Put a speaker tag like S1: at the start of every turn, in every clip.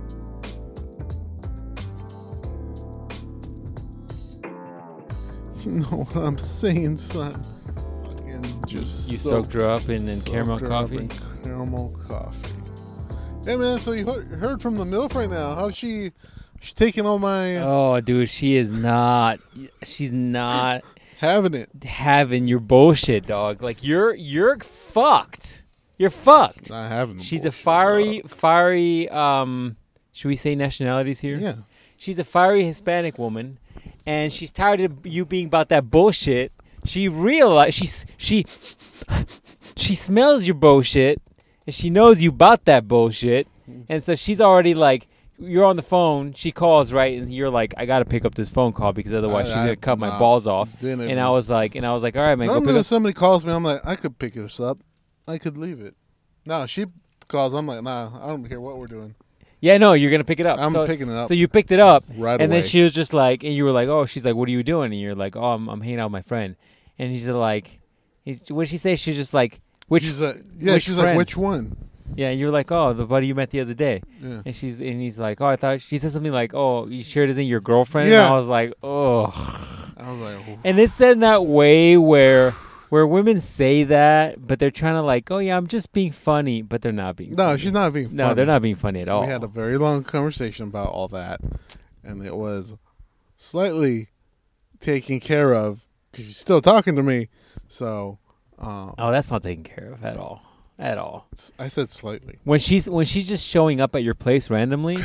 S1: You know what I'm saying, son? Fucking just
S2: You soaked her up in, in
S1: soaked
S2: caramel
S1: her up
S2: coffee.
S1: in caramel coffee. Hey man, so you heard, heard from the milf right now? How's she? She's taking all my
S2: Oh, dude, she is not. She's not
S1: having it.
S2: having your bullshit, dog. Like you're you're fucked. You're fucked.
S1: Not having. the
S2: She's a
S1: bullshit,
S2: fiery, fiery. Um, should we say nationalities
S1: uh,
S2: here?
S1: Yeah.
S2: She's a fiery Hispanic woman, and she's tired of you being about that bullshit. She realize she's she she smells your bullshit, and she knows you about that bullshit,
S1: Mm-hmm.
S2: and so she's already like. You're on the phone. She calls right, and you're like, "I gotta pick up this phone call because otherwise she's
S1: I-
S2: gonna cut my
S1: nah,
S2: balls off."
S1: didn't
S2: And
S1: even-
S2: I was like, "And I was like, all right, man, go
S1: Normally
S2: pick
S1: when
S2: up."
S1: somebody calls me, I'm like, I could pick this up. I could leave it. No, she calls. I'm like, nah, I don't care what we're doing.
S2: Yeah, no, you're gonna pick it up.
S1: I'm
S2: Uh, so,
S1: picking it up.
S2: So you picked it up,
S1: Right
S2: and
S1: away.
S2: then she was just like, and you were like, oh, she's like, what are you doing? And you're like, oh, I'm, I'm hanging out with my friend. And he's like, he's, what did she say? She's just like, which,
S1: she's like, yeah,
S2: which
S1: she's like,
S2: friend?
S1: which one?
S2: yeah. And you're like, oh, the buddy you met the other day.
S1: Yeah.
S2: And she's, and he's like, oh, I thought she said something like, oh, you sure it isn't your girlfriend? And
S1: Yeah.
S2: I was like, oh.
S1: I was like, oh,
S2: And it's in that way where. Where women say that, but they're trying to like, oh yeah, I'm just being funny, but they're not being.
S1: no,
S2: funny.
S1: she's not being.
S2: No,
S1: funny.
S2: they're not being funny at all.
S1: We had a very long conversation about all that, and it was slightly taken care of because she's still talking to me. So uh,
S2: oh, that's not taken care of at all, at all.
S1: s- I said slightly.
S2: When she's when she's just showing up at your place randomly,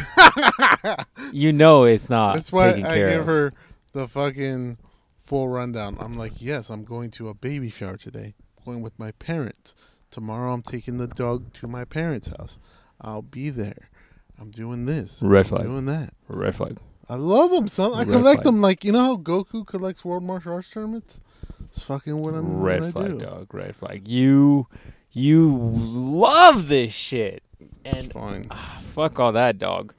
S2: you know it's not
S1: That's why
S2: taken
S1: I
S2: Uh, care
S1: give
S2: of.
S1: her the fucking full rundown. I'm like, yes, I'm going to a baby shower today. going with my parents. Tomorrow, I'm taking the dog to my parents' house. I'll be there. I'm doing this.
S2: Red
S1: I'm doing that.
S2: Red flag.
S1: I love them. Some I
S2: Red
S1: collect
S2: flag.
S1: them. Like you know how Goku collects World Martial Arts tournaments. It's fucking what I'm.
S2: Red
S1: what I
S2: flag,
S1: do.
S2: dog. Red flag. You you love this shit.
S1: It's
S2: And
S1: fine.
S2: ah, fuck all that, dog.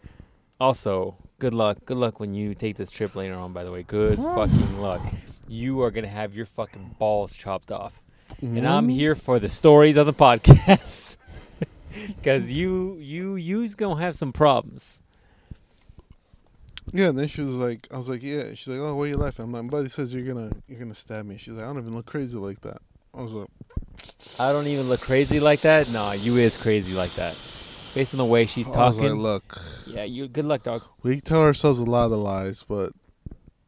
S2: Also, good luck. Good luck when you take this trip later on, by the way. Good fucking luck. You are gonna have your fucking balls chopped off.
S1: Mm-hmm.
S2: And I'm here for the stories on the podcast. Cause you you you's gonna have some problems.
S1: Yeah, and then she was like, I was like, yeah. She's like, oh, why are you laughing? I'm like, buddy says you're gonna you're gonna stab me. She's like, I don't even look crazy like that. I was like,
S2: I don't even look crazy like that. Nah, you is crazy like that. Based on the way she's
S1: Oh, I was
S2: talking.
S1: like, look,
S2: yeah, you good luck, dog.
S1: we tell ourselves a lot of lies, but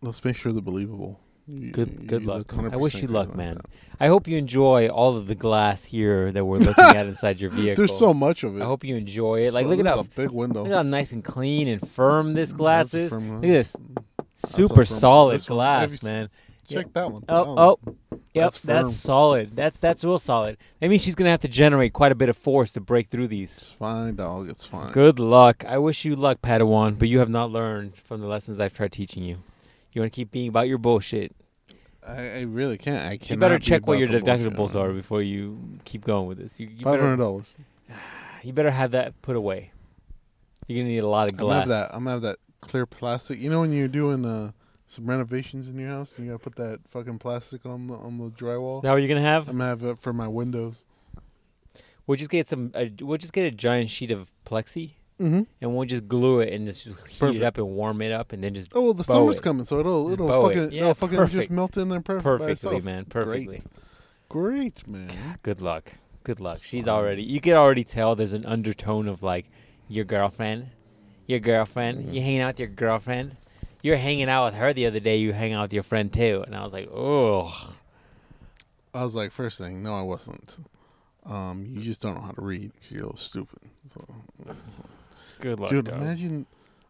S1: let's make sure they're believable. You-
S2: Good
S1: you
S2: good
S1: look
S2: luck. I wish
S1: 100% crazy
S2: you luck,
S1: like
S2: man.
S1: that.
S2: I hope you enjoy all of the glass here that we're looking at inside your vehicle.
S1: There's so much of it.
S2: I hope you enjoy it. Like
S1: So
S2: look at
S1: this
S2: how
S1: is a big window.
S2: look at how nice and clean and firm this glass
S1: That's a
S2: is.
S1: firm
S2: Look at
S1: glass.
S2: this.
S1: a
S2: Super
S1: firm-
S2: solid
S1: this one- have you
S2: glass,
S1: s-
S2: man.
S1: Check that one. That one.
S2: Oh, oh, yep,
S1: That's
S2: that's,
S1: firm.
S2: solid. That's that's real solid. That means she's gonna have to generate quite a bit of force to break through
S1: It's
S2: these.
S1: fine, dog. It's fine.
S2: Good luck. I wish you luck, Padawan, but you have not learned from the lessons I've tried teaching you. You want to keep being about your bullshit.
S1: I, I really can't. I can't.
S2: You better check what your deductibles are before you keep going with this. You, you
S1: Five hundred
S2: better,
S1: dollars.
S2: you better have that put away. You're gonna need a lot of
S1: I'm gonna
S2: glass.
S1: have that. I'm gonna have that clear plastic. You know when you're doing uh, some renovations in your house, and you gotta put that fucking plastic on the on the drywall.
S2: Is that what you're gonna have?
S1: I'm gonna have it for my windows.
S2: We'll just get some. Uh, we'll just get a giant sheet of plexi,
S1: Mm-hmm.
S2: and we'll just glue it and just heat
S1: Perfect.
S2: it up and warm it up, and then just
S1: Oh well, the
S2: Bow
S1: summer's
S2: it.
S1: coming, so it'll
S2: Just
S1: it'll
S2: bow it.
S1: fucking
S2: Yeah,
S1: it'll fucking just
S2: perfect.
S1: melt in there perfect by
S2: perfectly,
S1: itself.
S2: man,
S1: Great.
S2: perfectly.
S1: Great, man.
S2: Good luck. Good luck. She's already. You can already tell there's an undertone of like your girlfriend, your girlfriend.
S1: Mm-hmm.
S2: You hanging out with your girlfriend. You're hanging out with her the other day. You hang out with your friend too, and I was like, oh,
S1: I was like, first thing, no, I wasn't. Um, you just don't know how to read because you're a little stupid. So,
S2: good luck,
S1: dude,
S2: dog.
S1: imagine,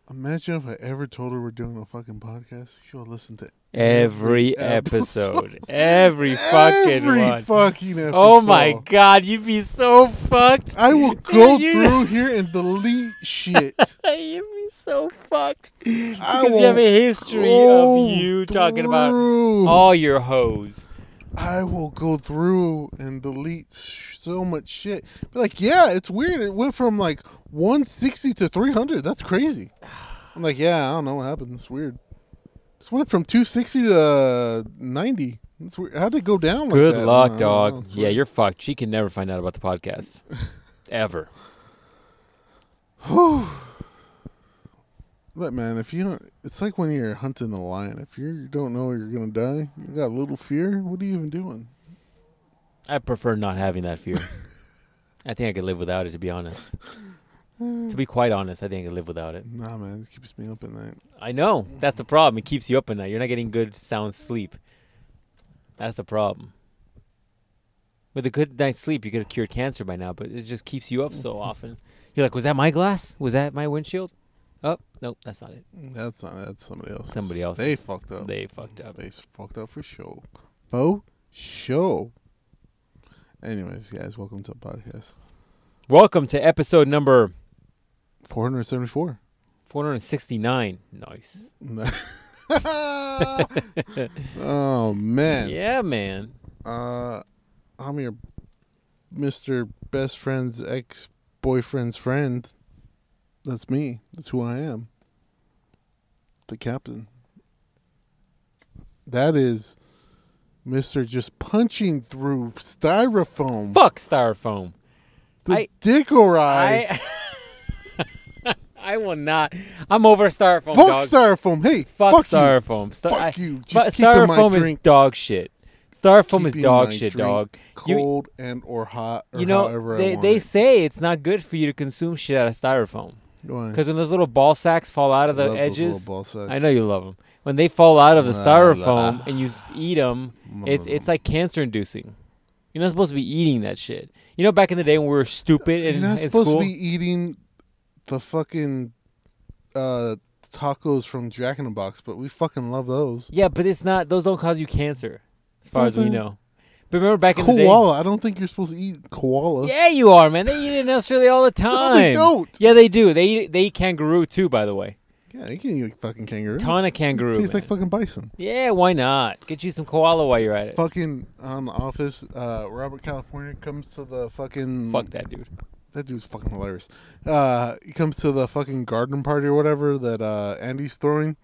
S1: imagine if I ever told her we're doing a fucking podcast, she'll listen to
S2: Every episode, every fucking
S1: every
S2: one.
S1: fucking episode.
S2: oh my god, you'd be so fucked.
S1: I will go
S2: You-
S1: through here and delete shit.
S2: you'd be so fucked.
S1: I
S2: because you have
S1: will
S2: a history
S1: go
S2: of you talking about
S1: through.
S2: all your hoes.
S1: I will go through and delete sh- so much shit. But like, yeah, it's weird. It went from like 160 to 300. That's crazy. I'm like, yeah, I don't know what happened. It's weird. This went from 260 to uh, 90. That's weird. How'd it go down like
S2: Good
S1: that?
S2: luck,
S1: I don't know.
S2: dog.
S1: It's
S2: Yeah,
S1: weird.
S2: you're fucked. She can never find out about the podcast. Ever.
S1: Look, man, if you don't, it's like when you're hunting a lion. If you're, you don't know you're gonna die, you got a little fear. What are you even doing?
S2: I prefer not having that fear. I think I could live without it, to be honest. to be quite honest, I think I could live without it.
S1: Nah, man, it keeps me up at night.
S2: I know. That's the problem. It keeps you up at night. You're not getting good sound sleep. That's the problem. With a good night's sleep, you could have cured cancer by now, but it just keeps you up so often. You're like, was that my glass? Was that my windshield? Oh, nope, that's not it.
S1: That's not. That's somebody else.
S2: Somebody else's.
S1: They fucked up.
S2: They fucked up.
S1: They s- fucked up for show. For show. Anyways, guys, welcome to the podcast
S2: Welcome to episode number
S1: 474.
S2: 469. Nice.
S1: oh man.
S2: Yeah, man.
S1: Uh, I'm your Mr. Best Friend's ex boyfriend's friend. That's me. That's who I am. The captain. That is Mr. Just punching through styrofoam.
S2: Fuck styrofoam.
S1: the
S2: I-
S1: dick or I.
S2: I I will not. I'm over
S1: Fuck
S2: styrofoam. dog.
S1: styrofoam. Hey,
S2: Fuck,
S1: fuck, you.
S2: styrofoam. Sta-
S1: Fuck
S2: I-
S1: you.
S2: fu-
S1: Just keeping my
S2: styrofoam is
S1: drink-
S2: dog shit. Styrofoam is
S1: Keeping
S2: dog
S1: my
S2: shit,
S1: drink
S2: dog. You,
S1: Cold and or hot or
S2: you know
S1: however I
S2: they,
S1: want
S2: they
S1: it.
S2: say it's not good for you to consume shit out of styrofoam
S1: Why?
S2: because when those little ball sacks fall out of
S1: I
S2: the
S1: love those little
S2: edges,
S1: ball sacks.
S2: I know you love them. When they fall out of the
S1: Ah,
S2: styrofoam and you s- eat them, it's
S1: Mm.
S2: it's like cancer inducing. You're not supposed to be eating that shit. You know, back in the day when we were stupid and
S1: You're not
S2: in
S1: supposed
S2: school,
S1: to be eating the fucking uh, tacos from Jack in the Box, but we fucking love those.
S2: Yeah, but it's not; those don't cause you cancer, as far
S1: Don't
S2: as we
S1: they?
S2: know. But remember back in the day.
S1: koala. I don't think you're supposed to eat koala.
S2: Yeah, you are, man. They eat it in Australia all the
S1: No,
S2: time.
S1: they don't.
S2: Yeah, they do. They eat, they eat kangaroo too, by the way.
S1: Yeah, you can eat fucking kangaroo.
S2: Ton of kangaroo.
S1: Tastes like
S2: man.
S1: fucking bison.
S2: yeah, why not? Get you some koala while you're at it.
S1: Fucking on the office, uh, Robert California comes to the fucking
S2: Fuck that, dude.
S1: that dude's fucking hilarious. Uh, he comes to the fucking garden party or whatever that uh, Andy's throwing,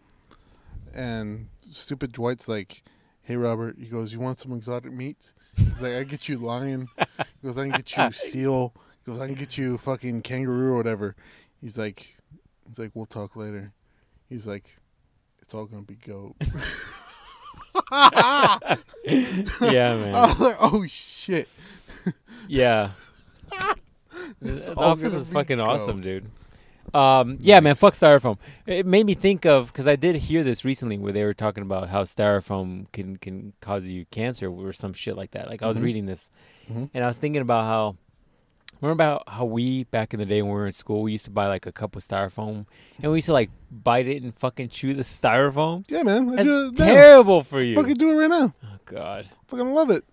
S1: and stupid Dwight's like, "Hey Robert," he goes, "You want some exotic meat?" He's like, "I can get you lion." He goes, "I can get you seal." He goes, "I can get you fucking kangaroo or whatever." He's like, "He's like, we'll talk later." He's like, "It's all gonna be goat."
S2: Yeah,
S1: I
S2: man.
S1: was like, "Oh shit!"
S2: Yeah.
S1: It's
S2: That
S1: all
S2: office
S1: gonna
S2: is
S1: be
S2: fucking awesome,
S1: goats.
S2: dude. Um, yeah, man,
S1: Nice.
S2: fuck styrofoam. It made me think of because I did hear this recently where they were talking about how styrofoam can can cause you cancer or some shit like that. Like I was
S1: Mhm.
S2: reading this,
S1: Mhm.
S2: and I was thinking about how remember about how we back in the day when we were in school we used to buy like a cup of styrofoam and we used to like bite it and fucking chew the styrofoam.
S1: Yeah, man. I
S2: That's
S1: do it now.
S2: terrible for you.
S1: Fucking do it right now.
S2: oh God,
S1: Fucking love it.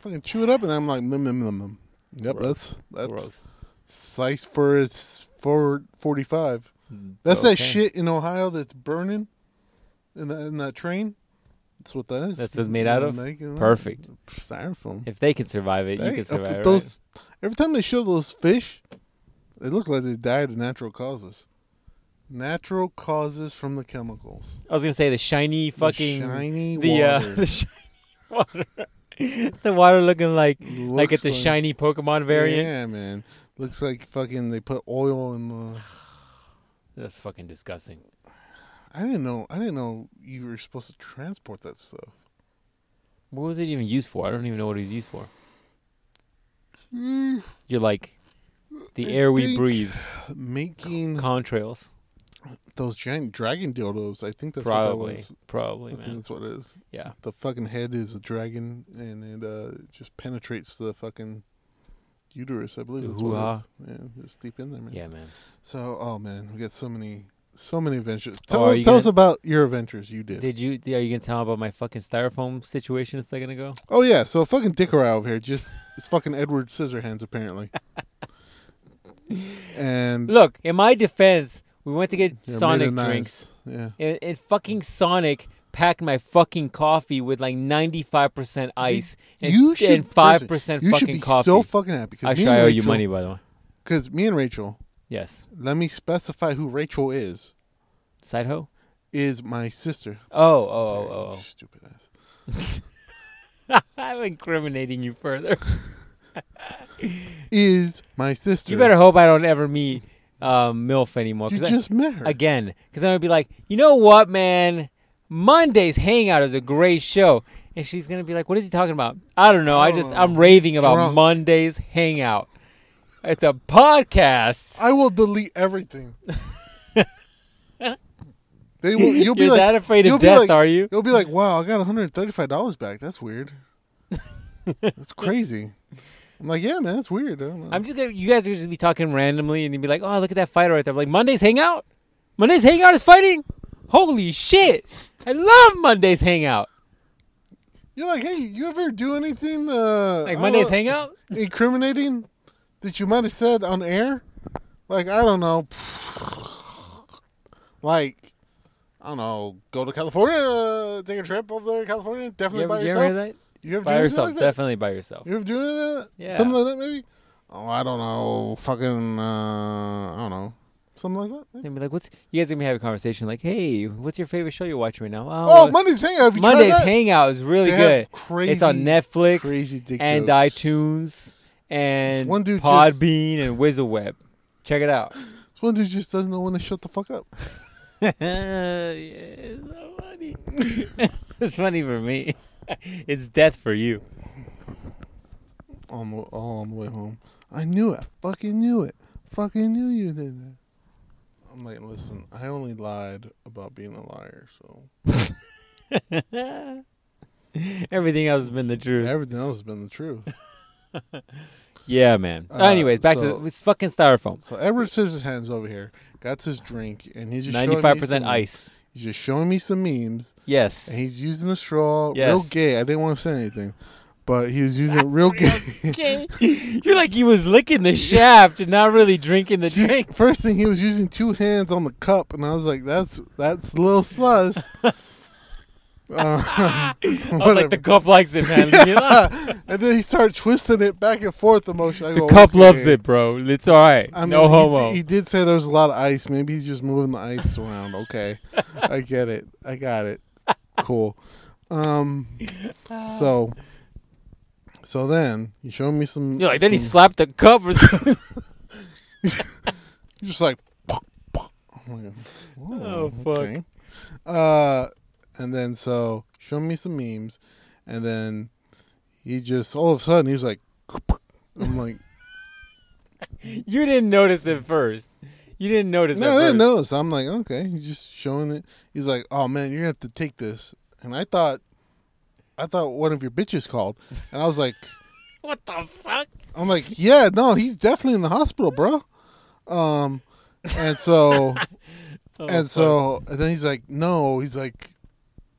S1: Fucking chew it up, and I'm like, "Mmm, num num num num. Yep,
S2: Gross.
S1: that's that's
S2: gross.
S1: slice for its for forty five. That's
S2: Okay.
S1: that shit in Ohio that's burning in that in that train. That's what that is.
S2: That's what's made out of?
S1: Like, uh,
S2: Perfect.
S1: styrofoam.
S2: If they can survive it,
S1: They-
S2: you can
S1: if
S2: survive it. right?
S1: those, Every time they show those fish, they look like they died of natural causes. Natural causes from the chemicals.
S2: I was gonna say the shiny
S1: The
S2: fucking
S1: shiny
S2: the uh,
S1: water.
S2: the shiny water, the water looking like like it's
S1: Looks
S2: a shiny Pokemon variant.
S1: Yeah, man. Looks like fucking they put oil in the.
S2: That's fucking disgusting.
S1: I didn't know. I didn't know you were supposed to transport that stuff.
S2: What was it even used for? I don't even know what it was used for. You're like the
S1: I
S2: air we
S1: think-
S2: breathe,
S1: Making
S2: contrails.
S1: those giant dragon dildos. I think that's what that
S2: Probably,
S1: was.
S2: probably,
S1: I think
S2: man.
S1: that's what it is.
S2: Yeah,
S1: The fucking head is a dragon, and it uh, just penetrates the fucking uterus. I believe that's
S2: Hoo-ha.
S1: what it is. Yeah, it's deep in there, man.
S2: yeah, man.
S1: So, oh man, we got so many, so many adventures.
S2: Oh,
S1: Tell,
S2: are
S1: tell
S2: you
S1: us
S2: gonna-
S1: about your adventures you did.
S2: Did you? Are you gonna tell about my fucking styrofoam situation a second ago?
S1: Oh yeah, so fucking Dickory over here just it's fucking Edward Scissorhands apparently. and
S2: Look, in my defense, we went to get
S1: they're made of
S2: Sonic
S1: knives.
S2: drinks.
S1: Yeah.
S2: and, and fucking Sonic packed my fucking coffee with like 95% ice and,
S1: you should
S2: and 5%
S1: you should
S2: fucking
S1: be
S2: coffee.
S1: so fucking happy
S2: I
S1: because me
S2: should
S1: and
S2: owe
S1: Rachel,
S2: you money, by the way.
S1: Because me and Rachel,
S2: Yes.
S1: let me specify who Rachel is.
S2: Side hoe?
S1: Is my sister.
S2: Oh, oh, oh, oh,
S1: Stupid ass.
S2: oh. I'm incriminating you further.
S1: Is my sister.
S2: You better hope I don't ever meet um, MILF anymore.
S1: You
S2: 'cause I-
S1: just met her.
S2: again because I'm gonna be like, you know what, man? Monday's Hangout is a great show, and she's gonna be like, what is he talking about? I don't know. I just I'm raving about
S1: Oh, drunk.
S2: Monday's Hangout. It's a podcast.
S1: I will delete everything. they will. You'll be
S2: You're
S1: like
S2: that afraid
S1: you'll
S2: of
S1: be
S2: death,
S1: like-
S2: are you?
S1: You'll be like, wow, I got 135 dollars back. That's weird. That's crazy. I'm like, yeah, man, that's weird. uh, I don't know.
S2: I'm just gonna. You guys are just be talking randomly, and you'd be like, oh, look at that fighter right there. I'm like Monday's Hangout. Monday's Hangout is fighting. Holy shit! I love Monday's Hangout.
S1: You're like, hey, you ever do anything uh, I
S2: Like
S1: don't
S2: Monday's
S1: know,
S2: Hangout.
S1: incriminating that you might have said on air? Like, I don't know. Like, I don't know. Go to California, take a trip over there, to California.
S2: You
S1: Definitely
S2: ever,
S1: by
S2: you ever
S1: yourself.
S2: hear that?
S1: You ever do
S2: By
S1: anything
S2: yourself,
S1: like that?
S2: definitely by yourself.
S1: You ever doing that?
S2: Yeah.
S1: Something like that, maybe? Oh, I don't know. Fucking, uh, I don't know. Something like that? Maybe?
S2: And be like, "What's you guys are gonna be having a conversation? Like, hey, what's your favorite show you're watching right now?
S1: Oh,
S2: well,
S1: Monday's Hangout. Have you tried
S2: Monday's
S1: that?
S2: Hangout is really
S1: They
S2: good.
S1: have Crazy,
S2: it's on Netflix
S1: crazy dick
S2: and
S1: jokes.
S2: iTunes and
S1: one dude just-
S2: Podbean and WizzleWeb. Check it out.
S1: This one dude just doesn't know when to shut the fuck up.
S2: Yeah, it's so funny. it's funny for me. It's death for you.
S1: On the, all on the oh, way home. I knew it. I fucking knew it. Fucking knew you did that. I'm like, listen, I only lied about being a liar, so
S2: Everything else has been the truth.
S1: everything else has been the truth.
S2: Yeah, man.
S1: Uh,
S2: Anyways, back
S1: so-
S2: to it's fucking styrofoam.
S1: So Edward Scissorhands over here got his drink, and he's just showing me
S2: Ninety-five percent
S1: some-
S2: ice.
S1: He's just showing me some memes,
S2: Yes.
S1: and he's using a straw. Real
S2: Yes.
S1: gay. I didn't want to say anything, but he was using it real gay.
S2: okay. You're like he was licking the shaft and not really drinking the drink.
S1: First thing he was using two hands on the cup, and I was like, "That's that's a little sus." uh,
S2: I was like, the cup likes it, man. Leave me alone.
S1: and then he started twisting it back and forth emotionally. I
S2: the
S1: go,
S2: cup
S1: "Okay."
S2: loves it, bro. It's all right.
S1: I mean,
S2: no
S1: he
S2: homo.
S1: Did, he did say there was a lot of ice. Maybe he's just moving the ice around. Okay, I get it. I got it. Cool. Um, so, so then he showed me some.
S2: You're like, then he
S1: some-
S2: slapped the cup or something.
S1: He's just like, I'm like, "Whoa,
S2: Oh, fuck.
S1: okay." Uh, and then so show me some memes, and then he just all of a sudden he's like, I'm like,
S2: you didn't notice it first. You didn't notice
S1: no,
S2: at
S1: I didn't
S2: first.
S1: notice. I'm like, okay, he's just showing it. He's like, oh man, you're gonna have to take this, and I thought, I thought one of your bitches called, and I was like,
S2: What the fuck?
S1: I'm like, yeah, no, he's definitely in the hospital, bro. Um, and so.
S2: Oh,
S1: and
S2: fuck.
S1: so and then he's like, no, he's like,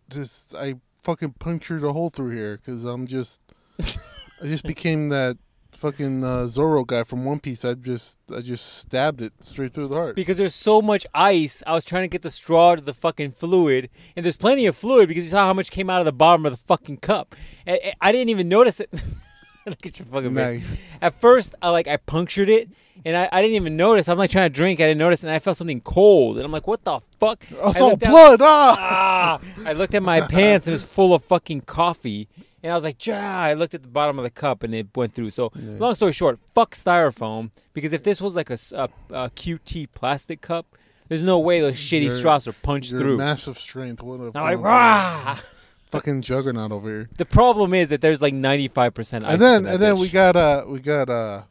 S1: this I fucking punctured a hole through here because I'm just, I just became that fucking uh, Zorro guy from One Piece. I just, I just stabbed it straight through the heart.
S2: Because there's so much ice, I was trying to get the straw to the fucking fluid, and there's plenty of fluid because you saw how much came out of the bottom of the fucking cup. And, and I didn't even notice it. Look at your fucking face.
S1: Nice.
S2: At first, I like I punctured it, and I, I didn't even notice. I'm like trying to drink, I didn't notice, and I felt something cold, and I'm like, "What the fuck?"
S1: Oh,
S2: I
S1: it's all
S2: looked down-
S1: blood! Ah,
S2: Ah! I looked at my pants, and it's full of fucking coffee, and I was like, "Yeah." I looked at the bottom of the cup, and it went through. So,
S1: Yeah.
S2: long story short, fuck styrofoam because if this was like a, s- a- a QT plastic cup, there's no way those shitty
S1: Your-
S2: straws are punched
S1: Your
S2: through.
S1: massive strength. What a
S2: I'm like,
S1: fucking-
S2: "Rah!"
S1: fucking juggernaut over here.
S2: The problem is that there's like 95 percent.
S1: and then, and then we got uh, we got uh,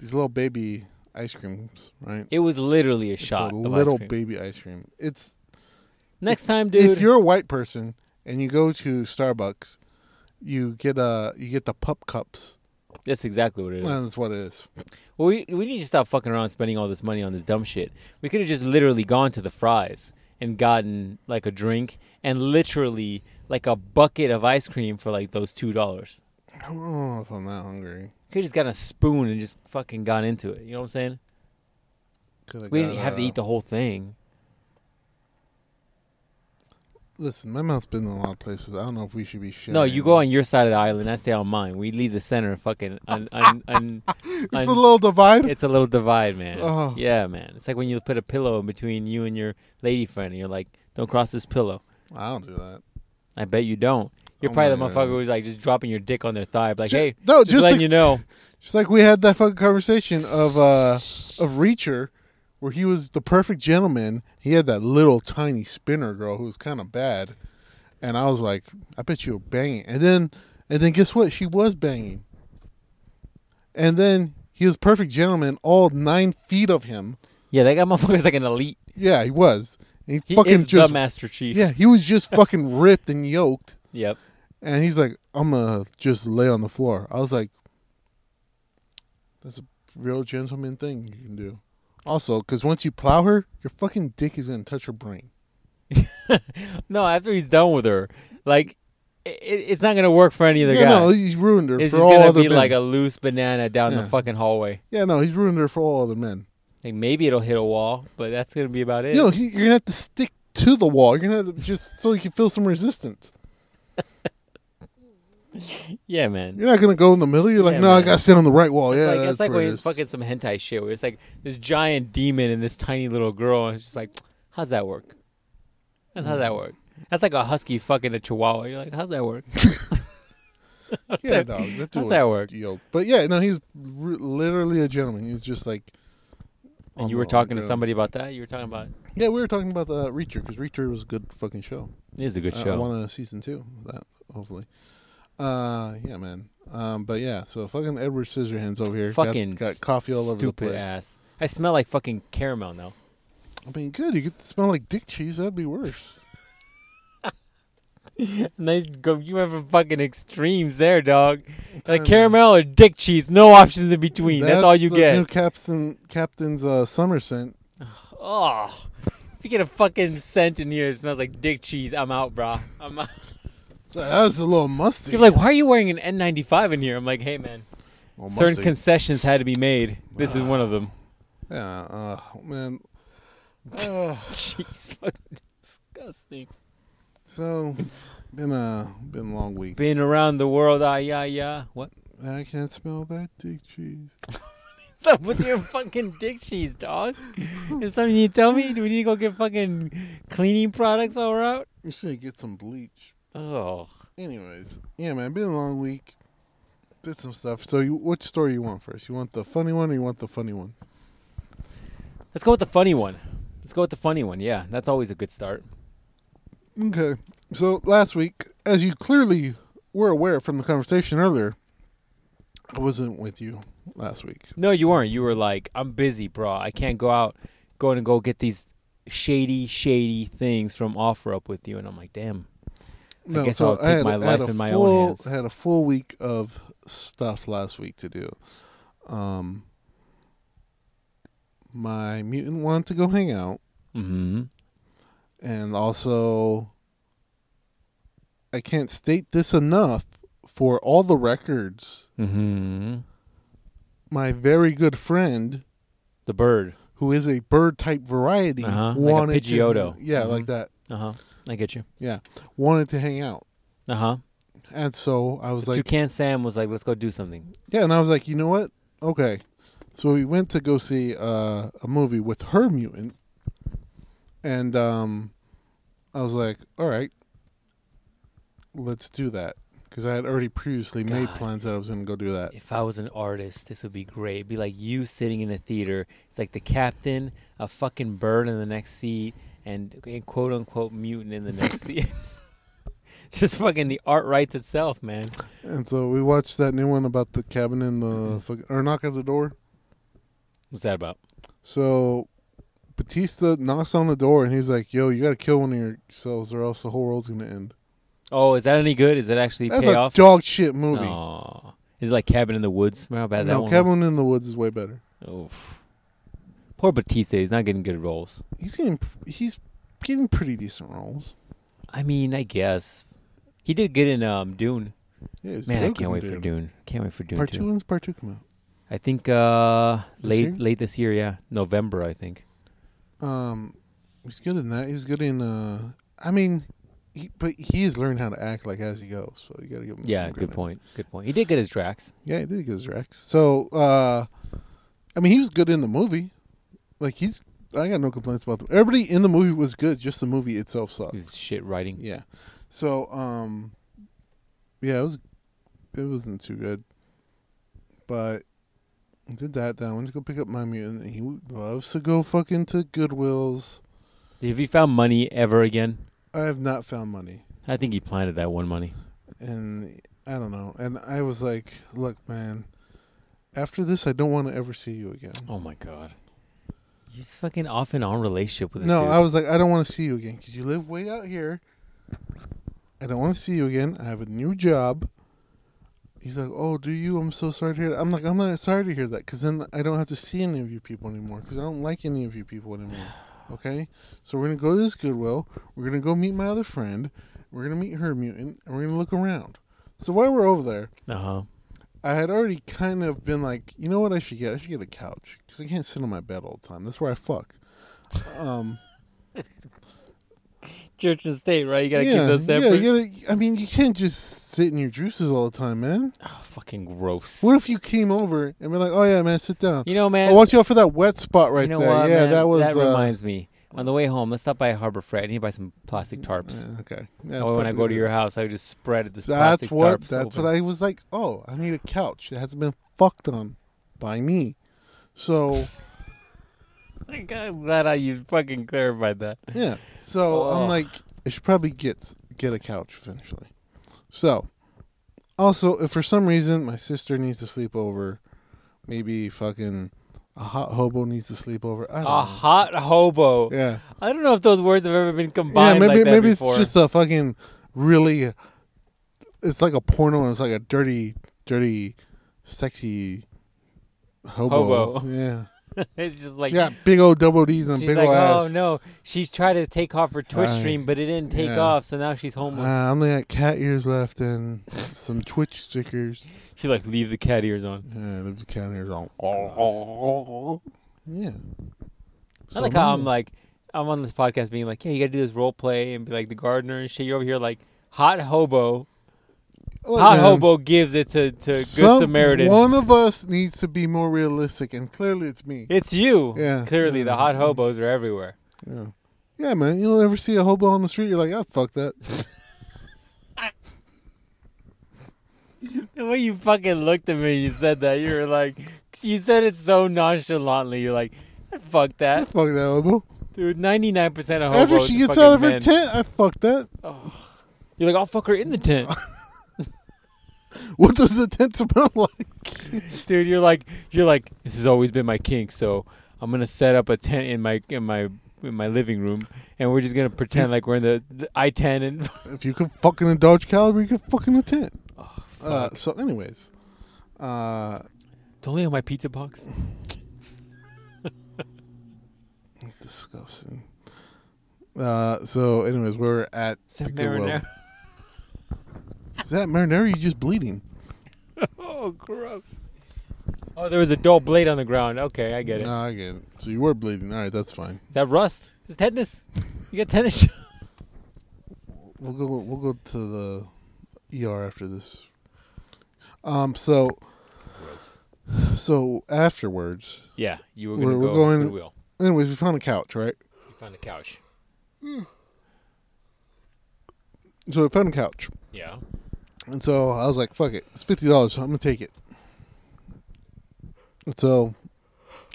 S1: these little baby ice creams, right?
S2: It was literally a shot.
S1: it's a
S2: of ice
S1: little
S2: cream.
S1: baby ice cream. It's
S2: Next time, dude.
S1: if you're a white person and you go to Starbucks, you get uh you get the pup cups.
S2: That's exactly what it is.
S1: Well, that's what it is.
S2: Well, we, we need to stop fucking around spending all this money on this dumb shit. We could have just literally gone to the fries and gotten like a drink and literally like a bucket of ice cream for like those two dollars.
S1: I don't know Oh, if I'm that hungry.
S2: Could have just gotten a spoon and just fucking got into it. You know what I'm saying?
S1: 'Cause I
S2: We didn't
S1: got,
S2: have to
S1: uh,
S2: eat the whole thing.
S1: Listen, my mouth's been in a lot of places. I don't know if we should be sharing.
S2: No, you go on your side of the island. I stay on mine. We leave the center. Fucking un, un, un,
S1: It's
S2: un-
S1: a little divide.
S2: it's a little divide, man.
S1: Oh.
S2: Yeah, man. It's like when you put a pillow in between you and your lady friend, and you're like, "Don't cross this pillow."
S1: I don't do that.
S2: I bet you don't. You're
S1: Oh
S2: probably the
S1: my
S2: motherfucker
S1: God.
S2: who's like just dropping your dick on their thigh, like,
S1: Ju-
S2: "Hey,
S1: no,
S2: just,
S1: just
S2: letting
S1: like,
S2: you know."
S1: just like we had that fucking conversation of uh of Reacher, where he was the perfect gentleman. He had that little tiny spinner girl who was kind of bad, and I was like, I bet you were banging. And then, and then guess what? She was banging. And then he was perfect gentleman, all nine feet of him.
S2: Yeah, that guy motherfucker's like an elite.
S1: Yeah, he was. And he,
S2: He
S1: fucking
S2: is
S1: just
S2: the Master Chief.
S1: yeah, he was just fucking ripped and yoked.
S2: Yep.
S1: And he's like, I'm gonna just lay on the floor. I was like, that's a real gentleman thing you can do. Also, because once you plow her, your fucking dick is gonna touch her brain.
S2: No, after he's done with her, like it, it's not gonna work for any other
S1: yeah,
S2: guy.
S1: no, he's ruined her
S2: it's
S1: for
S2: just
S1: all
S2: gonna
S1: other
S2: be
S1: men.
S2: like a loose banana down
S1: Yeah.
S2: the fucking hallway.
S1: yeah, no, he's ruined her for all other men.
S2: Like maybe it'll hit a wall, but that's gonna be about it.
S1: You know, he, you're gonna have to stick to the wall. You're gonna have to just so you can feel some resistance.
S2: yeah, man.
S1: You're not gonna go in the middle. You're like,
S2: Yeah,
S1: no, I
S2: man.
S1: gotta stand on the right wall. yeah,
S2: like,
S1: that's
S2: it's like
S1: where
S2: when
S1: it
S2: it's
S1: is.
S2: fucking some hentai shit where it's like this giant demon and this tiny little girl, and it's just like, how's that work? That's how
S1: Mm.
S2: that work. That's like a husky fucking a chihuahua. You're like, how's that work?
S1: Yeah, dog. That dude
S2: how's that
S1: was
S2: work?
S1: yoked. But yeah, no, he's re- literally a gentleman. He's just like. "Oh, on
S2: And you
S1: the-
S2: were
S1: on the
S2: talking to
S1: ground.
S2: somebody about that. You were talking about
S1: Yeah, we were talking about the Reacher because Reacher was a good fucking show. Uh,
S2: it is a good
S1: I-
S2: show.
S1: I want a season two of that hopefully. Uh, yeah, man. Um, but yeah, so fucking Edward Scissorhands over here. got-
S2: fucking
S1: got, coffee all over the
S2: stupid
S1: place.
S2: ass. I smell like fucking caramel now.
S1: I mean, good. You could smell like dick cheese. That'd be worse.
S2: Nice, go, you went from fucking extremes there, dog. Like
S1: Entirely.
S2: caramel or dick cheese, no options in between. That's, all you
S1: the
S2: get.
S1: New Captain Captain's uh, summer scent.
S2: Oh, if you get a fucking scent in here, it smells like dick cheese. I'm out, bro. I'm out.
S1: So that was a little musty.
S2: You're like, why are you wearing an N95 in here? I'm like, hey man,
S1: Well,
S2: certain
S1: musty.
S2: concessions had to be made. This is one of them.
S1: yeah, uh, man. Uh,
S2: Jeez, fucking disgusting.
S1: so been a been a long week.
S2: Been around the world, ah yeah yeah. What?
S1: I can't smell that dick cheese.
S2: What's up with your fucking dick cheese, dog? Is something you tell me? Do we need to go get fucking cleaning products while we're out?
S1: You should get some bleach.
S2: Oh,
S1: Anyways, yeah, man, been a long week. Did some stuff. So, you, which story you want first? You want the funny one, or you want the funny one?
S2: let's go with the funny one. Let's go with the funny one. Yeah, that's always a good start.
S1: Okay. So last week, as you clearly were aware from the conversation earlier, I wasn't with you last week.
S2: No, you weren't. You were like, I'm busy, bro. I can't go out, going and go get these shady, shady things from Offer Up with you. And I'm like, damn.
S1: No,
S2: guess
S1: so
S2: I'll take my life in my own
S1: full,
S2: hands.
S1: I had a full week of stuff last week to do. Um, my mutant wanted to go hang out.
S2: Mm-hmm.
S1: and also I can't state this enough for all the records.
S2: Mm-hmm.
S1: My very good friend,
S2: The bird.
S1: who is a bird type variety,
S2: Uh-huh, like a
S1: wanted
S2: Pidgeotto.
S1: to, yeah,
S2: Mhm.
S1: like that,
S2: Uh huh. I get you.
S1: yeah, wanted to hang out,
S2: Uh huh.
S1: and so I was
S2: Like,
S1: like,
S2: Toucan Sam was like, let's go do something.
S1: yeah, and I was like, you know what? Okay, so we went to go see uh, a movie with her mutant, and um, I was like, all right, let's do that. Because I had already previously made
S2: God.
S1: plans that I was going to go do that.
S2: If I was an artist, this would be great. It'd be like you sitting in a theater. It's like the captain, a fucking bird in the next seat, and, and quote unquote mutant in the next seat. Just fucking the art writes itself, man.
S1: And so we watched that new one about the cabin in
S2: Mm-hmm.
S1: the fuck- or knock at the door.
S2: What's that about?
S1: So Batista knocks on the door and he's like, "Yo, you gotta kill one of yourselves, or else the whole world's gonna end."
S2: Oh, is that any good? Is it actually
S1: That's
S2: pay
S1: a
S2: off?
S1: dog shit movie.
S2: Aw. Is it like Cabin in the Woods? Remember how bad that
S1: no,
S2: one
S1: Cabin in the Woods is way better.
S2: was? Oof. Poor Batista. He's not getting good roles.
S1: He's getting he's getting pretty decent roles.
S2: I mean, I guess he did good in um Dune.
S1: Yeah, he's
S2: Man, I
S1: really
S2: can't
S1: good
S2: wait
S1: in
S2: for Dune. Can't wait for Dune
S1: Part
S2: too.
S1: two when's part two come
S2: I think uh
S1: This
S2: late
S1: year?
S2: late this year, yeah, November, I think.
S1: out. Um, he's good in that. He was good in. uh I mean, he, but he has learned how to act like as he goes. So you gotta give him.
S2: Yeah,
S1: some
S2: good
S1: credit.
S2: point. Good point. He did good as Drax.
S1: Yeah, he did get his Rex. So, uh, I mean, he was good in the movie. Like he's, I got no complaints about them. Everybody in the movie was good. Just the movie itself sucked.
S2: His shit writing.
S1: Uh, Yeah. So, um, yeah, it was, it wasn't too good, but did that. That I went to go pick up my mutant. and He loves to go fucking to Goodwills.
S2: Have you found money ever again?
S1: I have not found money,
S2: I think he planted that one money.
S1: and I don't know. And I was like, look, man. After this, I don't want to ever see you again.
S2: Oh my god. You're just fucking off and on relationship with this
S1: No,
S2: dude.
S1: I was like, I don't want to see you again because you live way out here. I don't want to see you again. I have a new job. He's like, oh, do you? I'm so sorry to hear that. I'm like, I'm not sorry to hear that because then I don't have to see any of you people anymore because I don't like any of you people anymore. Okay? So we're going to go to this Goodwill. We're going to go meet my other friend. We're going to meet her mutant and we're going to look around. So while we're over there,
S2: uh-huh.
S1: I had already kind of been like, you know what I should get? I should get a couch because I can't sit on my bed all the time. That's where I fuck. Um.
S2: Church and state, right? You gotta keep those
S1: yeah,
S2: separate.
S1: you gotta- I mean, you can't just sit in your juices all the time, man.
S2: Oh, fucking gross.
S1: What Oh, if you came over and be like, "Oh yeah, man, sit down.
S2: You know, man.
S1: I'll watch you out for that wet spot right
S2: you know
S1: there."
S2: what,
S1: yeah,
S2: man?
S1: that was. uh,
S2: reminds me. On the way home, let's stop by Harbor Freight. I need to buy some plastic tarps.
S1: yeah, okay. Yeah, that's
S2: That way when I
S1: probably
S2: go to
S1: good.
S2: your house, I would just spread this
S1: that's
S2: plastic
S1: what.
S2: tarps.
S1: That's
S2: open.
S1: what I was like. Oh, I need a couch that hasn't been fucked on by me. So
S2: Like, I'm glad I, you fucking clarified that.
S1: yeah. So
S2: Oh.
S1: I'm like, I should probably get s- get a couch eventually. So, also, if for some reason my sister needs to sleep over, maybe fucking a hot hobo needs to sleep over. I don't
S2: A hot hobo.
S1: know. Yeah,
S2: I don't know if those words have ever been
S1: yeah.
S2: combined
S1: Maybe
S2: like that
S1: maybe
S2: before.
S1: it's just a fucking really. It's like a porno. And it's like a dirty, dirty, sexy hobo.
S2: Hobo.
S1: Yeah,
S2: it's just like
S1: she got big old double D's and
S2: she's
S1: big
S2: like,
S1: old
S2: oh
S1: ass.
S2: no, she tried to take off her Twitch
S1: Right.
S2: stream, but it didn't take
S1: Yeah.
S2: off, so now she's homeless.
S1: Uh, I only got cat ears left and some Twitch stickers.
S2: she like leave the cat ears on.
S1: Yeah, the cat ears on. Yeah.
S2: I like how I'm like, I'm on this podcast being like, yeah, you gotta do this role play and be like the gardener and shit. You're over here like hot hobo.
S1: Look,
S2: hot
S1: man,
S2: hobo gives it to to good
S1: some-
S2: Samaritan.
S1: One of us needs to be more realistic, and clearly it's me.
S2: it's you.
S1: Yeah,
S2: Clearly,
S1: yeah,
S2: the hot
S1: yeah.
S2: hobos are everywhere.
S1: Yeah. Yeah, man. You don't ever see a hobo on the street. You're like, oh, fuck that.
S2: The way you fucking looked at me, you said that. You were like, you said it so nonchalantly. You're like, fuck
S1: I
S2: that,
S1: fuck that hobo.
S2: dude. Ninety nine percent of hobos.
S1: After she
S2: are
S1: gets
S2: fucking
S1: out of her
S2: men.
S1: tent, I fuck that.
S2: Oh. You're like, I'll fuck her in the tent,
S1: What does the tent smell like?
S2: dude. You're like, you're like, this has always been my kink, so I'm gonna set up a tent in my in my in my living room, and we're just gonna pretend like we're in the, the I-10 and
S1: if you could fuck in a Dodge Caliber, you could fuck in a tent. uh, so, anyways. Uh,
S2: don't lay on my pizza box.
S1: disgusting. Uh, so, anyways, we're at
S2: Sam
S1: the Goodwill.
S2: Marinara.
S1: Is that marinara? You just bleeding?
S2: Oh, gross. Oh, there was a dull blade on the ground. Okay, I get it.
S1: No, I get it. So you were bleeding. All right, that's fine.
S2: Is that rust? Is it tetanus? You got tetanus? shot?
S1: We'll go. We'll go to the ER after this. Um. So
S2: gross.
S1: so afterwards,
S2: Yeah, you were
S1: We're-
S2: gonna
S1: we're
S2: go
S1: going-
S2: Goodwill.
S1: anyways, we found a couch, right?
S2: You found a couch.
S1: So we found a couch,
S2: Yeah.
S1: and so I was like, "Fuck it, it's fifty dollars. So I'm gonna take it." And so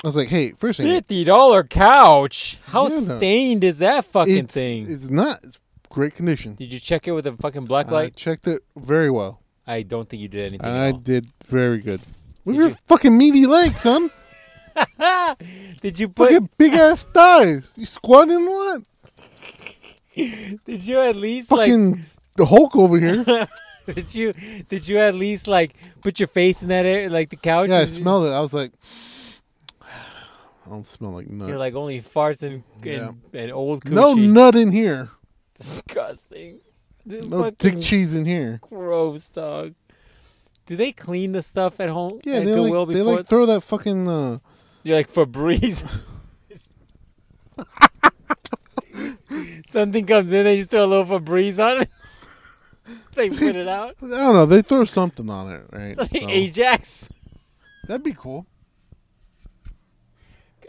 S1: I was like, "Hey, first thing,
S2: Fifty dollar couch. How
S1: Yeah, no.
S2: stained is that fucking
S1: it's,
S2: thing?
S1: it's not. It's great condition.
S2: did you check it with a fucking black
S1: I
S2: light?
S1: checked it very well,
S2: I don't think you did anything.
S1: and
S2: at
S1: I
S2: all.
S1: did very good. With
S2: Did
S1: your
S2: you-
S1: fucking meaty legs, son."
S2: Ah! did you
S1: Look
S2: put?
S1: at big ass thighs. You squatting what?
S2: Did you at least like?
S1: Fucking the Hulk over here.
S2: Did you? Did you at least like put your face in that air, like the couch?
S1: yeah, I
S2: Did you-
S1: smelled it. I was like, I don't smell like nut.
S2: You're like only farts and
S1: Yeah.
S2: and, and old coochie.
S1: no nut in here.
S2: disgusting. This
S1: No
S2: fucking
S1: dick cheese in here.
S2: gross dog. Do they clean the stuff at home?
S1: Yeah,
S2: at
S1: they
S2: Goodwill
S1: like, they
S2: before?
S1: like throw that fucking. Uh,
S2: You're like Febreze. Something comes in, they just throw a little Febreze on it. they put it out.
S1: I don't know. They throw something on it, right?
S2: Like
S1: So,
S2: Ajax.
S1: that'd be cool.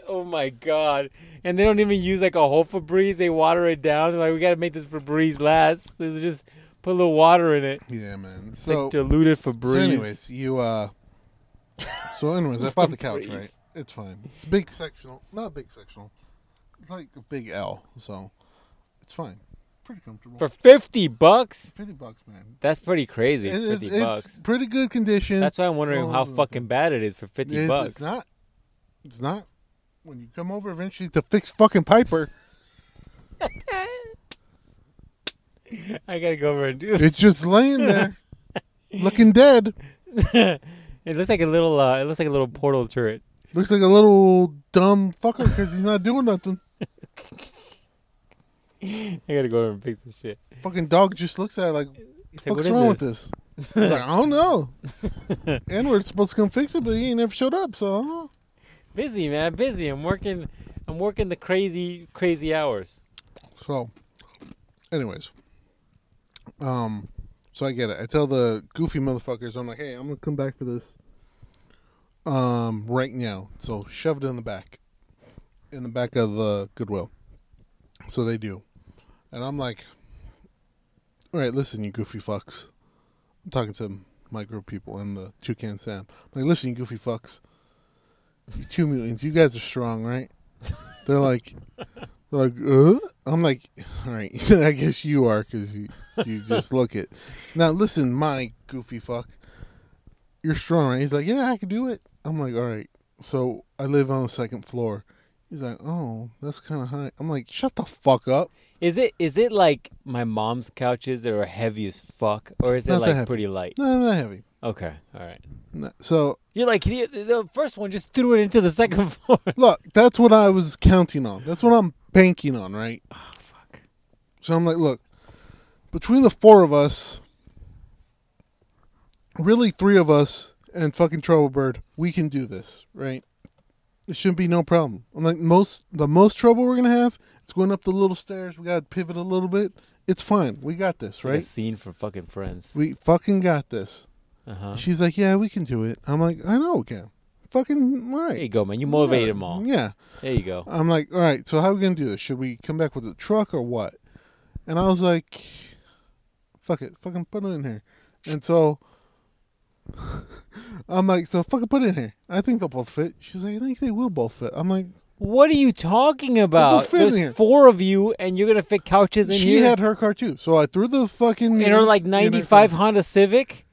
S2: Oh my god! And they don't even use like a whole Febreze. They water it down. They're like, we gotta make this Febreze last. They just put a little water in it.
S1: Yeah, man.
S2: It's like
S1: So,
S2: diluted
S1: so
S2: Febreze.
S1: anyways, you uh, So, anyways, I bought the couch,
S2: Please.
S1: right? It's fine. It's big sectional. Not big sectional. It's like a big L, so it's fine. Pretty comfortable.
S2: For 50 bucks?
S1: 50 bucks, man.
S2: That's pretty crazy.
S1: It is-
S2: 50
S1: it's
S2: bucks.
S1: pretty good condition.
S2: That's why I'm wondering how
S1: Oh.
S2: fucking bad it is for 50
S1: it's,
S2: bucks.
S1: It's not. It's not. When you come over eventually to fix fucking Piper,
S2: I gotta go over and do
S1: it's just laying there, looking dead.
S2: it looks like a little. Uh, it looks like a little portal turret.
S1: Looks like a little dumb fucker because he's not doing nothing.
S2: I gotta go over and fix this shit.
S1: Fucking dog just looks at it like,
S2: He's
S1: "What's
S2: like, "What is
S1: wrong with this?" He's like, "I don't know." and we're supposed to come fix it, but he ain't never showed up. So I don't know.
S2: Busy man, I'm busy. I'm working. I'm working the crazy, crazy hours.
S1: So, anyways, um, so I get it. I tell the goofy motherfuckers, I'm like, hey, I'm gonna come back for this, um, right now. So shove it in the back, in the back of the Goodwill. So they do, and I'm like, all right, listen, you goofy fucks. I'm talking to my group of people and the toucan Sam. I'm like, listen, you goofy fucks. You two mutants, you guys are strong, right? They're like, they're like, uh? I'm like, all right, I guess you are because you, you just look it. Now, listen, my goofy fuck, you're strong, right? He's like, yeah, I can do it. I'm like, all right, so I live on the second floor. He's like, oh, that's kind of high. I'm like, shut the fuck up.
S2: Is it? Is it like my mom's couches that are heavy as fuck, or is it
S1: Not that
S2: like
S1: heavy.
S2: pretty light?
S1: No, I'm not heavy.
S2: Okay, all right.
S1: No. So,
S2: You're like the, the first one just threw it into the second floor.
S1: look, that's what I was counting on. That's what I'm banking on, right?
S2: Oh fuck.
S1: So I'm like, look, between the four of us, really three of us and fucking Trouble Bird, we can do this, right? It shouldn't be no problem. I'm like, most the most trouble we're gonna have, it's going up the little stairs. We gotta pivot a little bit. It's fine. We got this,
S2: It's like a
S1: right?
S2: scene from fucking Friends.
S1: We fucking got this.
S2: Uh huh.
S1: She's like, yeah, we can do it. I'm like, I know we can. Fucking all
S2: There you
S1: right.
S2: go, man. You motivated them all.
S1: Yeah.
S2: There you go.
S1: I'm like, all right, so how are we gonna do this? Should we come back with a truck or what? And I was like, fuck it, fucking put it in here. And so I'm like, so fucking put it in here. I think they'll both fit. She's like, I think they will both fit. I'm like,
S2: What are you talking
S1: both
S2: about?
S1: fit in
S2: There's
S1: here.
S2: four of you, and you're gonna fit couches in
S1: she
S2: here.
S1: had her car too. So I threw the fucking
S2: and are like
S1: in her car.
S2: 95 Honda Civic.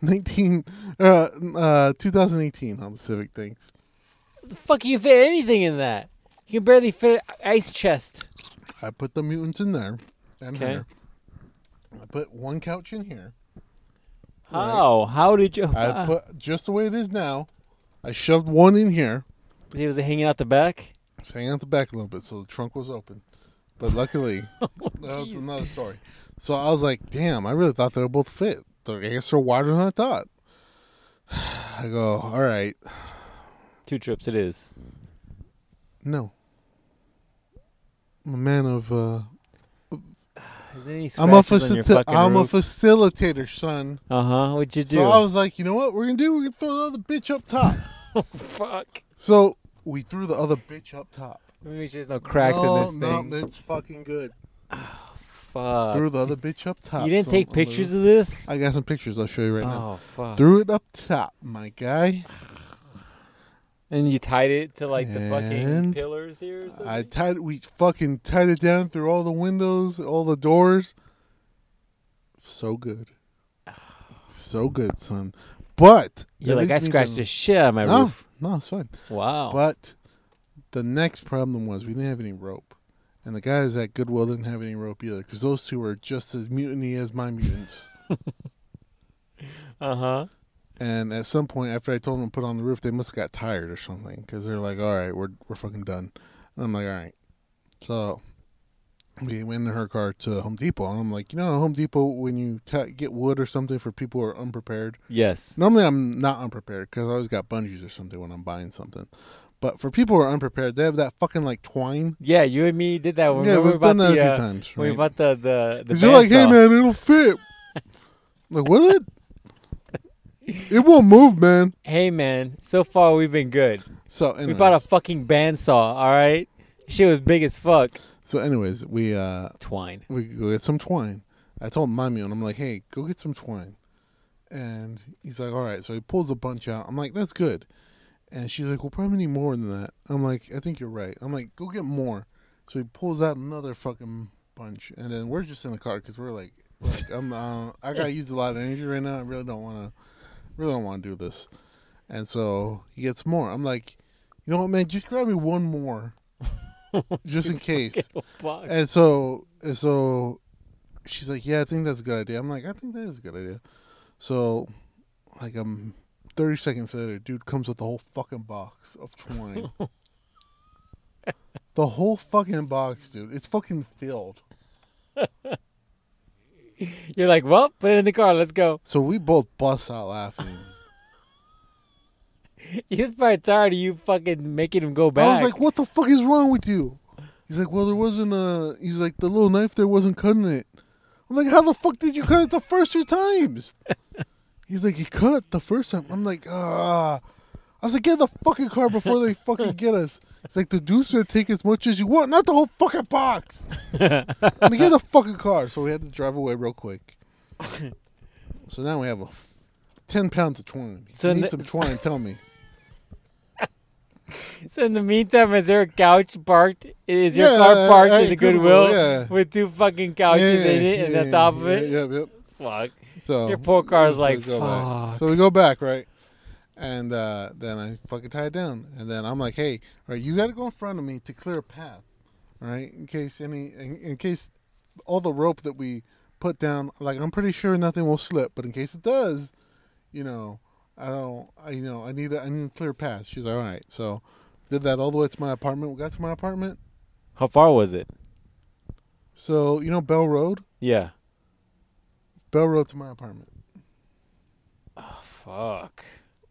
S1: 19 uh, uh 2018 on the Civic things.
S2: The fuck, you fit anything in that? You can barely fit an ice chest.
S1: I put the mutants in there and
S2: Okay.
S1: her. I put one couch in here.
S2: How? How did you?
S1: I put just the way it is now. I shoved one in here.
S2: He was hanging out the back.
S1: It's hanging out the back a little bit, so the trunk was open. But luckily, that's
S2: Oh, jeez.
S1: another story. So I was like, "Damn, I really thought they would both fit. They're- I guess they're wider than I thought." I go, "All right,
S2: Two trips, it is.
S1: no." I'm a man of. Uh,
S2: Is there any
S1: I'm a
S2: scratches on your
S1: facil-
S2: fucking
S1: I'm a
S2: roof?
S1: facilitator, son.
S2: uh huh. What'd you do?
S1: So I was like, you know what we're gonna do? We're gonna throw the other bitch up top.
S2: Fuck.
S1: so we threw the other bitch up top.
S2: Let me make sure there's no cracks
S1: no,
S2: in this
S1: no,
S2: thing.
S1: it's fucking good.
S2: fuck.
S1: threw the other bitch up top.
S2: Uh, you didn't
S1: so
S2: take
S1: I'm a
S2: pictures
S1: little-
S2: of this?
S1: I got some pictures. I'll show you right now.
S2: oh fuck.
S1: Threw it up top, my guy.
S2: and you tied it to like the fucking
S1: And
S2: pillars here. Or something?
S1: I tied. We fucking tied it down through all the windows, all the doors. So good, so good, son. But
S2: You're
S1: that
S2: like I
S1: leads me
S2: scratched
S1: to-
S2: the shit out of my
S1: No,
S2: roof. Oh.
S1: no, it's fine.
S2: Wow.
S1: But the next problem was we didn't have any rope, and the guys at Goodwill didn't have any rope either because those two were just as mutiny as my mutants.
S2: uh huh.
S1: And at some point, after I told them to put it on the roof, they must have got tired or something because they're like, "All right, we're we're fucking done." And I'm like, "All right." So we went in her car to Home Depot, and I'm like, "You know, Home Depot when you ta get wood or something for people who are unprepared.
S2: Yes.
S1: Normally, I'm not unprepared because I always got bungees or something when I'm buying something. But for people who are unprepared, they have that fucking like twine.
S2: Yeah, you and me did that. When
S1: yeah,
S2: we
S1: we've
S2: about
S1: done that
S2: the,
S1: a
S2: uh,
S1: few times.
S2: When we
S1: Right?
S2: bought the the the
S1: Because you're like, hey
S2: bandsaw."
S1: man, it'll fit. like what? It won't move, man.
S2: Hey man, so far we've been good.
S1: So anyways.
S2: We bought a fucking bandsaw, all right? Shit was big as fuck.
S1: So, anyways, we uh
S2: Twine.
S1: we go get some twine. I told mommy, and I'm like, hey, go get some twine. And he's like, all right. So he pulls a bunch out. I'm like, that's good. And she's like, we'll probably need more than that. I'm like, I think you're right. I'm like, go get more. So he pulls out another fucking bunch. And then we're just in the car because we're like, like I'm, uh, I got to use a lot of energy right now. I really don't want to, really don't want to do this. And so he gets more. I'm like, you know what, man? Just grab me one more, just in case.
S2: Fuck.
S1: And so, and so, she's like, "Yeah, I think that's a good idea." I'm like, "I think that is a good idea." So, like, um, thirty seconds later, dude comes with the whole fucking box of twine. the whole fucking box, dude. It's fucking filled.
S2: You're like, well, put it in the car. Let's go.
S1: So we both bust out laughing.
S2: He's probably tired of you fucking making him go back.
S1: I was like, "What the fuck is wrong with you?" He's like, "Well, there wasn't a." He's like, "The little knife there wasn't cutting it." I'm like, "How the fuck did you cut it the first two times?" He's like, "You cut the first time." I'm like, "Ah." I was like, "Get in the fucking car before they fucking get us." He's like, "The dude said take as much as you want, not the whole fucking box." I mean, get in the fucking car. So we had to drive away real quick. So now we have a f- ten pounds of twine.
S2: So
S1: So you
S2: in
S1: need
S2: the-
S1: some twine. Tell me.
S2: so in the meantime, is there a couch parked? Is your
S1: Yeah,
S2: car parked
S1: at
S2: in the
S1: Goodwill,
S2: Goodwill
S1: yeah.
S2: with two fucking couches
S1: Yeah,
S2: in it
S1: yeah,
S2: and on top of
S1: yeah,
S2: it?
S1: Yep, yep.
S2: Fuck.
S1: So
S2: Your poor car is
S1: so
S2: like,
S1: we go back.
S2: "Fuck."
S1: So we go back, right? And uh, then I fucking tie it down, and then I'm like, "Hey, all right, you got to go in front of me to clear a path, all right? In case any, in, in case all the rope that we put down, like I'm pretty sure nothing will slip, but in case it does, you know, I don't, I, you know, I need, a, I need a clear path." She's like, "All right." So did that all the way to my apartment. We got to my apartment.
S2: How far was it?
S1: So you know, Bell Road,
S2: Yeah.
S1: Bell Road to my apartment.
S2: Oh, Fuck.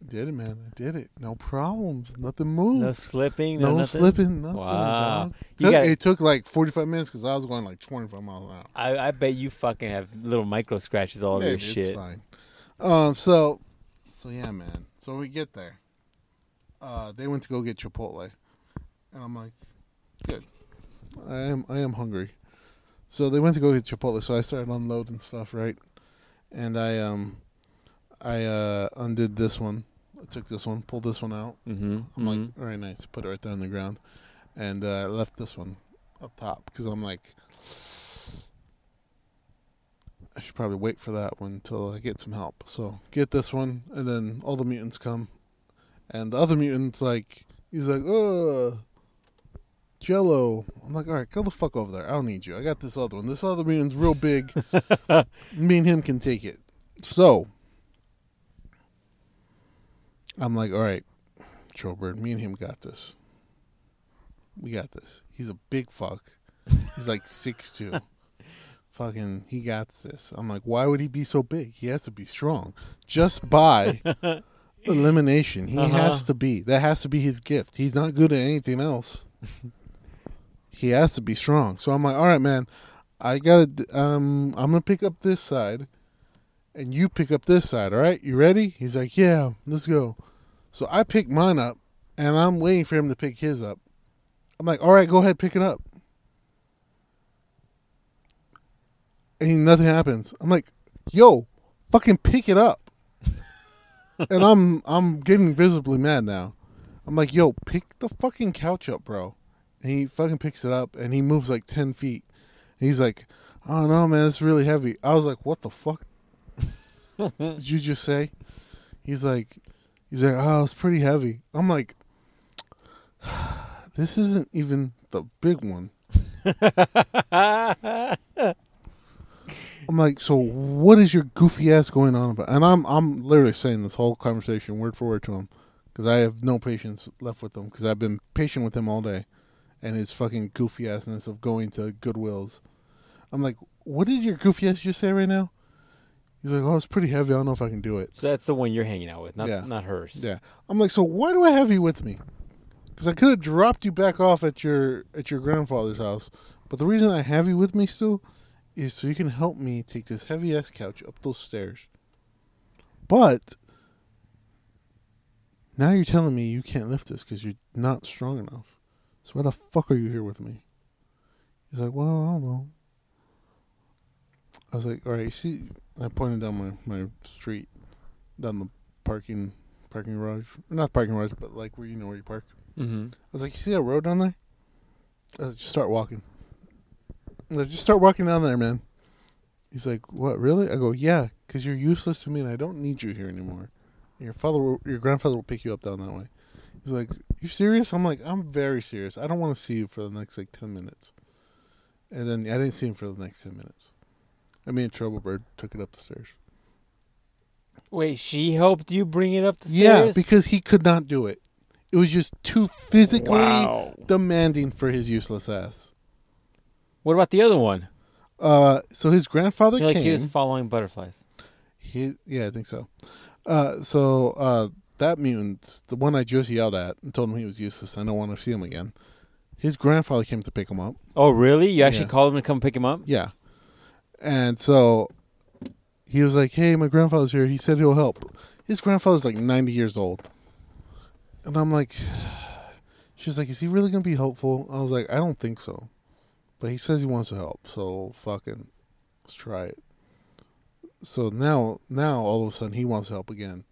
S1: Did it, man. I did it. No problems. Nothing moved.
S2: No slipping. No,
S1: no
S2: nothing?
S1: slipping. Nothing,
S2: Wow.
S1: dog.
S2: You
S1: Took-
S2: got-
S1: it took like 45 minutes because I was going like 25 miles an hour.
S2: I, I bet you fucking have little micro scratches all over
S1: Maybe,
S2: your
S1: it's
S2: Oh, shit.
S1: fine. Um, so, so yeah, man. So we get there. Uh, they went to go get Chipotle, and I'm like, good. I am I am hungry. So they went to go get Chipotle. So I started unloading stuff, right? And I um, I uh undid this one. I took this one, pulled this one out.
S2: Mm-hmm.
S1: I'm like, all right, nice. Put it right there on the ground, and uh, I left this one up top because I'm like, I should probably wait for that one until I get some help. So get this one, and then all the mutants come, and the other mutant's like, he's like, uh, Jello. I'm like, all right, go the fuck over there. I don't need you. I got this other one. This other mutant's real big. Me and him can take it. So I'm like, all right, Trobert, me and him got this. We got this. He's a big fuck. He's like six two. Fucking, he got this. I'm like, why would he be so big? He has to be strong. Just by elimination, he
S2: Uh-huh.
S1: has to be. That has to be his gift. He's not good at anything else. he has to be strong. So I'm like, all right, man. I gotta. d- Um, I'm gonna pick up this side, and you pick up this side. All right, you ready? He's like, yeah, let's go. So I pick mine up, and I'm waiting for him to pick his up. I'm like, all right, go ahead, pick it up. And nothing happens. I'm like, yo, fucking pick it up. and I'm I'm getting visibly mad now. I'm like, yo, pick the fucking couch up, bro. And he fucking picks it up and he moves like ten feet. And he's like, Oh no, man, it's really heavy. I was like, What the fuck? Did you just say? He's like he's like, Oh, it's pretty heavy. I'm like This isn't even the big one. I'm like, so what is your goofy ass going on about? And I'm I'm literally saying this whole conversation word for word to him because I have no patience left with him because I've been patient with him all day, and his fucking goofy assness of going to Goodwills. I'm like, what did your goofy ass just say right now? He's like, oh, it's pretty heavy. I don't know if I can do it.
S2: so that's the one you're hanging out with, not
S1: Yeah.
S2: not hers.
S1: Yeah, I'm like, so why do I have you with me? Because I could have dropped you back off at your at your grandfather's house, but the reason I have you with me still is so you can help me take this heavy ass couch up those stairs. But now you're telling me you can't lift this because you're not strong enough. So why the fuck are you here with me? He's like, well, I don't know. I was like, all right, you see, I pointed down my, my street. down the parking parking garage, not parking garage, but like where you know where you park.
S2: Mm-hmm.
S1: I was like, you see that road down there? I was like, just start walking. I was like, just start walking down there, man. He's like, what, really? I go, yeah, because you're useless to me and I don't need you here anymore. And your father, will, your grandfather will pick you up down that way. He's like, you serious? I'm like, I'm very serious. I don't want to see you for the next like ten minutes. And then I didn't see him for the next ten minutes. I mean, Trouble Bird took it up the stairs.
S2: Wait, she helped you bring it up the
S1: Yeah,
S2: stairs?
S1: because he could not do it. It was just too physically
S2: Wow.
S1: demanding for his useless ass.
S2: What about the other one?
S1: Uh, so his grandfather
S2: You're like
S1: came.
S2: he was following butterflies.
S1: He, yeah, I think so. Uh, so uh, that mutant, the one I just yelled at and told him he was useless. I don't want to see him again. His grandfather came to pick him up.
S2: Oh, really? You actually
S1: Yeah.
S2: called him to come pick him up?
S1: Yeah, and so he was like, "Hey, my grandfather's here. He said he'll help." His grandfather's like ninety years old, and I'm like, "She was like, is he really gonna be helpful?" I was like, "I don't think so," but he says he wants to help, so fucking let's try it. So now, now all of a sudden he wants to help again.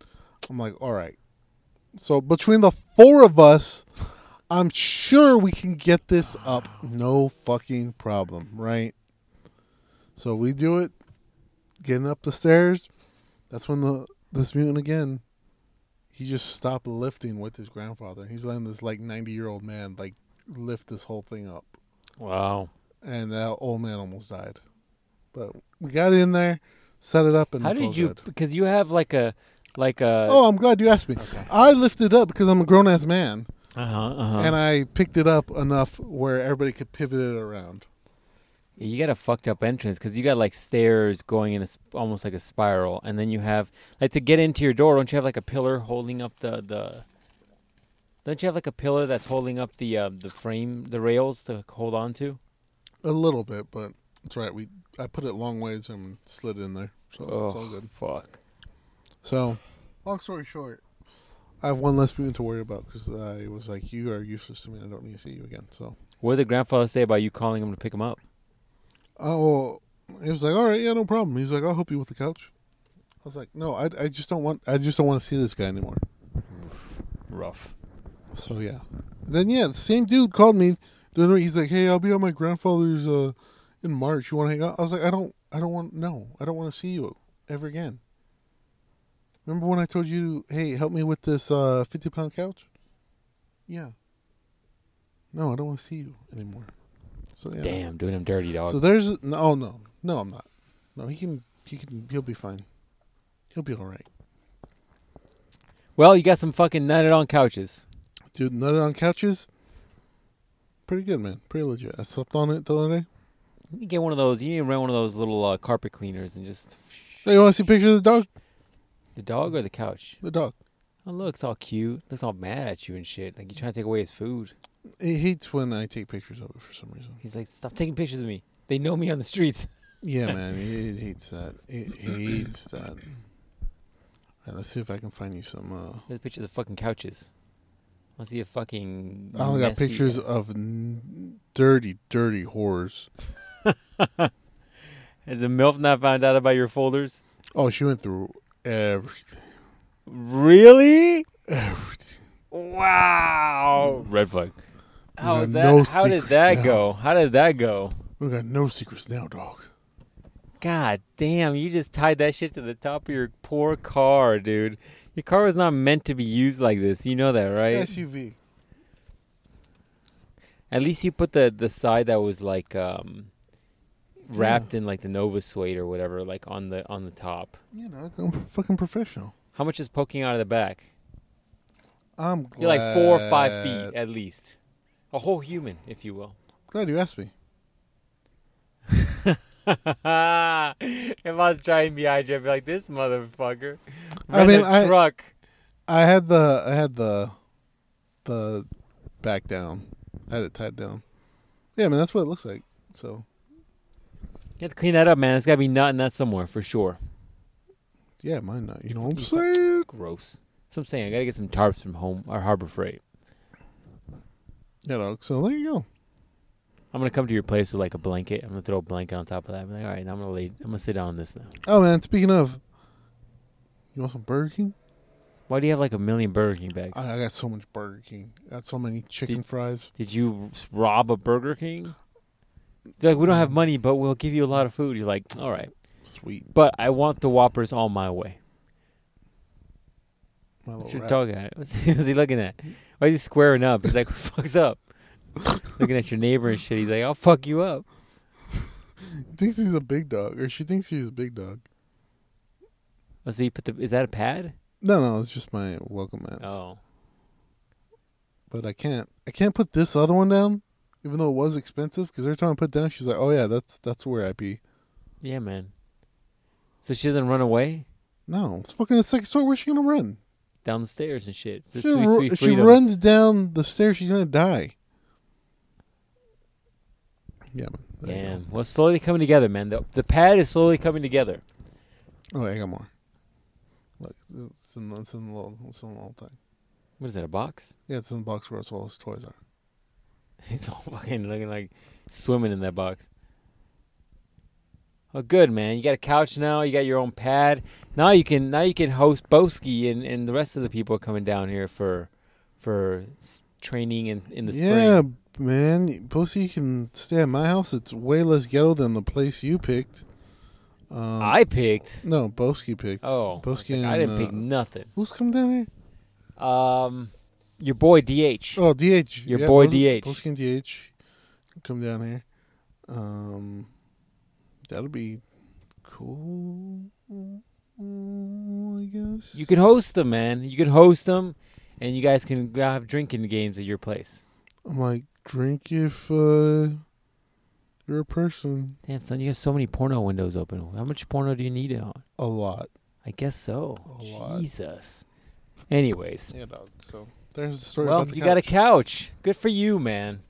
S1: I'm like, "All right." So between the four of us, I'm sure we can get this up, no fucking problem, right? So we do it, getting up the stairs. That's when the this mutant again, he just stopped lifting with his grandfather. He's letting this like ninety year old man like lift this whole thing up,
S2: Wow.
S1: and that old man almost died. But we got it in there, set it up, and
S2: How
S1: it's all
S2: did you?
S1: good.
S2: Because you have like a, like a.
S1: Oh, I'm glad you asked me.
S2: Okay.
S1: I lifted up because I'm a grown ass man,
S2: Uh huh. Uh huh.
S1: and I picked it up enough where everybody could pivot it around.
S2: Yeah, you got a fucked up entrance because you got like stairs going in a, sp- almost like a spiral, and then you have like to get into your door. Don't you have like a pillar holding up the the? Don't you have like a pillar that's holding up the uh, the frame, the rails to hold on to?
S1: A little bit, but that's right. We I put it long ways and slid it in there, so Oh, it's all good.
S2: fuck.
S1: So, long story short, I have one less mutant to worry about because I was like, "You are useless to me. I don't need to see you again." So,
S2: What did the grandfather say about you calling him to pick him up?
S1: oh, he was like, "All right, yeah, no problem." He's like, "I'll help you with the couch." I was like, "No, I, I just don't want. I just don't want to see this guy anymore."
S2: Rough.
S1: So yeah, then yeah, the same dude called me. Then he's like, "Hey, I'll be at my grandfather's uh, in March. You want to hang out?" I was like, "I don't, I don't want. No, I don't want to see you ever again." Remember when I told you, "Hey, help me with this uh, fifty-pound couch?" Yeah. No, I don't want to see you anymore. So yeah.
S2: Damn, doing him dirty, dog.
S1: So there's no, oh, no, no, I'm not. No, he can, he can, he'll be fine. He'll be all right,
S2: well, you got some fucking nutted on couches.
S1: dude. Nutted on couches. Pretty good, man. Pretty legit. I slept on it the other day.
S2: You can get one of those. You need to rent one of those little uh, carpet cleaners and just
S1: Hey, you want to see a picture of the dog?
S2: the dog or the couch.
S1: The dog.
S2: Oh, look, it's all cute. Looks all mad at you and shit. Like you trying to take away his food.
S1: It hates when I take pictures of it for some reason.
S2: He's like, stop taking pictures of me. They know me on the streets.
S1: Yeah, man, it hates that. It hates that. All right, let's see if I can find you some. Uh,
S2: There's pictures of the fucking couches. I see a fucking.
S1: I only got
S2: messy-
S1: pictures of n- dirty, dirty whores.
S2: Has the MILF not found out about your folders?
S1: Oh, she went through everything.
S2: Really?
S1: Everything.
S2: Wow. Red flag. How
S1: got
S2: is that?
S1: no
S2: How did
S1: secrets
S2: that
S1: now.
S2: go? How did that go?
S1: We got no secrets now, dog.
S2: God damn, you just tied that shit to the top of your poor car, dude. Your car was not meant to be used like this. You know that, right?
S1: SUV.
S2: At least you put the the side that was like um wrapped in like the Nova suede or whatever, like on the on the top.
S1: You know, I'm fucking professional.
S2: How much is poking out of the back?
S1: I'm glad.
S2: You're like four or
S1: Uh,
S2: five feet at least. A whole human, if you will.
S1: Glad you asked me.
S2: if I was driving behind you, I'd be like, this motherfucker.
S1: I
S2: ran
S1: mean,
S2: a
S1: I-
S2: truck.
S1: I had the I had the the back down. I had it tied down. Yeah, man, that's what it looks like. So
S2: You have to clean that up, man. It's got to be nut in that somewhere for sure.
S1: yeah, mine not. You know what I'm
S2: You
S1: saying?
S2: Gross. That's what I'm saying. I got to get some tarps from home or Harbor Freight.
S1: You know, so there you go.
S2: I'm going to come to your place with like a blanket. I'm going to throw a blanket on top of that. I'm like, all right, now I'm going to lay, I'm going to sit down on this now.
S1: Oh man, speaking of You want some Burger King?
S2: Why do you have like a million Burger King bags?
S1: I, I got so much Burger King. I got so many chicken
S2: Did-
S1: fries.
S2: Did you rob a Burger King? They're like, we don't have money, but we'll give you a lot of food. You're like, all right,
S1: Sweet.
S2: but I want the Whoppers all my way.
S1: My
S2: What's
S1: little
S2: your
S1: rat.
S2: dog at? What's he, what's he looking at? Why is he squaring up? He's like, who fucks up? looking at your neighbor and shit. He's like, I'll fuck you up.
S1: thinks he's a big dog, or she thinks he's a big dog.
S2: Oh, so you put the? Is that a pad?
S1: No, no, it's just my welcome mats.
S2: Oh,
S1: But I can't. I can't put this other one down, even though it was expensive. Because every time I put it down, she's like, "Oh yeah, that's that's where I pee."
S2: yeah, man. So she doesn't run away
S1: No, it's fucking the second story. Where's she gonna run?
S2: down the stairs and shit. It's
S1: She,
S2: a sweet,
S1: ru-
S2: sweet
S1: if she
S2: freedom.
S1: runs down the stairs, she's gonna die. Yeah, man. There you go.
S2: Damn. Well, it's slowly coming together, man. The, the pad is slowly coming together.
S1: Oh, wait, I got more. Look, it's in, it's in the little, it's in the little thing.
S2: What is that? A box?
S1: Yeah, it's in the box where it's all his toys are.
S2: It's all fucking looking like swimming in that box. Oh, good man! You got a couch now. You got your own pad. Now you can now you can host Boski and, and the rest of the people coming down here for for s- training in in the
S1: yeah,
S2: spring.
S1: man. Pussy, you can stay at my house. It's way less ghetto than the place you picked. Um,
S2: I picked.
S1: no, Boski picked.
S2: Oh, I was
S1: Boski
S2: like,
S1: and,
S2: I didn't
S1: uh,
S2: pick nothing.
S1: Who's come down here?
S2: Um, your boy DH.
S1: Oh, DH.
S2: Your boy
S1: Bos-
S2: DH.
S1: Boski and DH come down here. Um, that'll be cool. I guess.
S2: You can host them, man. You can host them, and you guys can go have drinking games at your place.
S1: I'm like, drink if uh, you're a person.
S2: Damn son, you have so many porno windows open. How much porno do you need it on?
S1: A lot.
S2: I guess so.
S1: A lot.
S2: Jesus. Anyways,
S1: Yeah, dog. So there's the story
S2: well,
S1: about the
S2: you
S1: couch.
S2: got a couch. Good for you, man.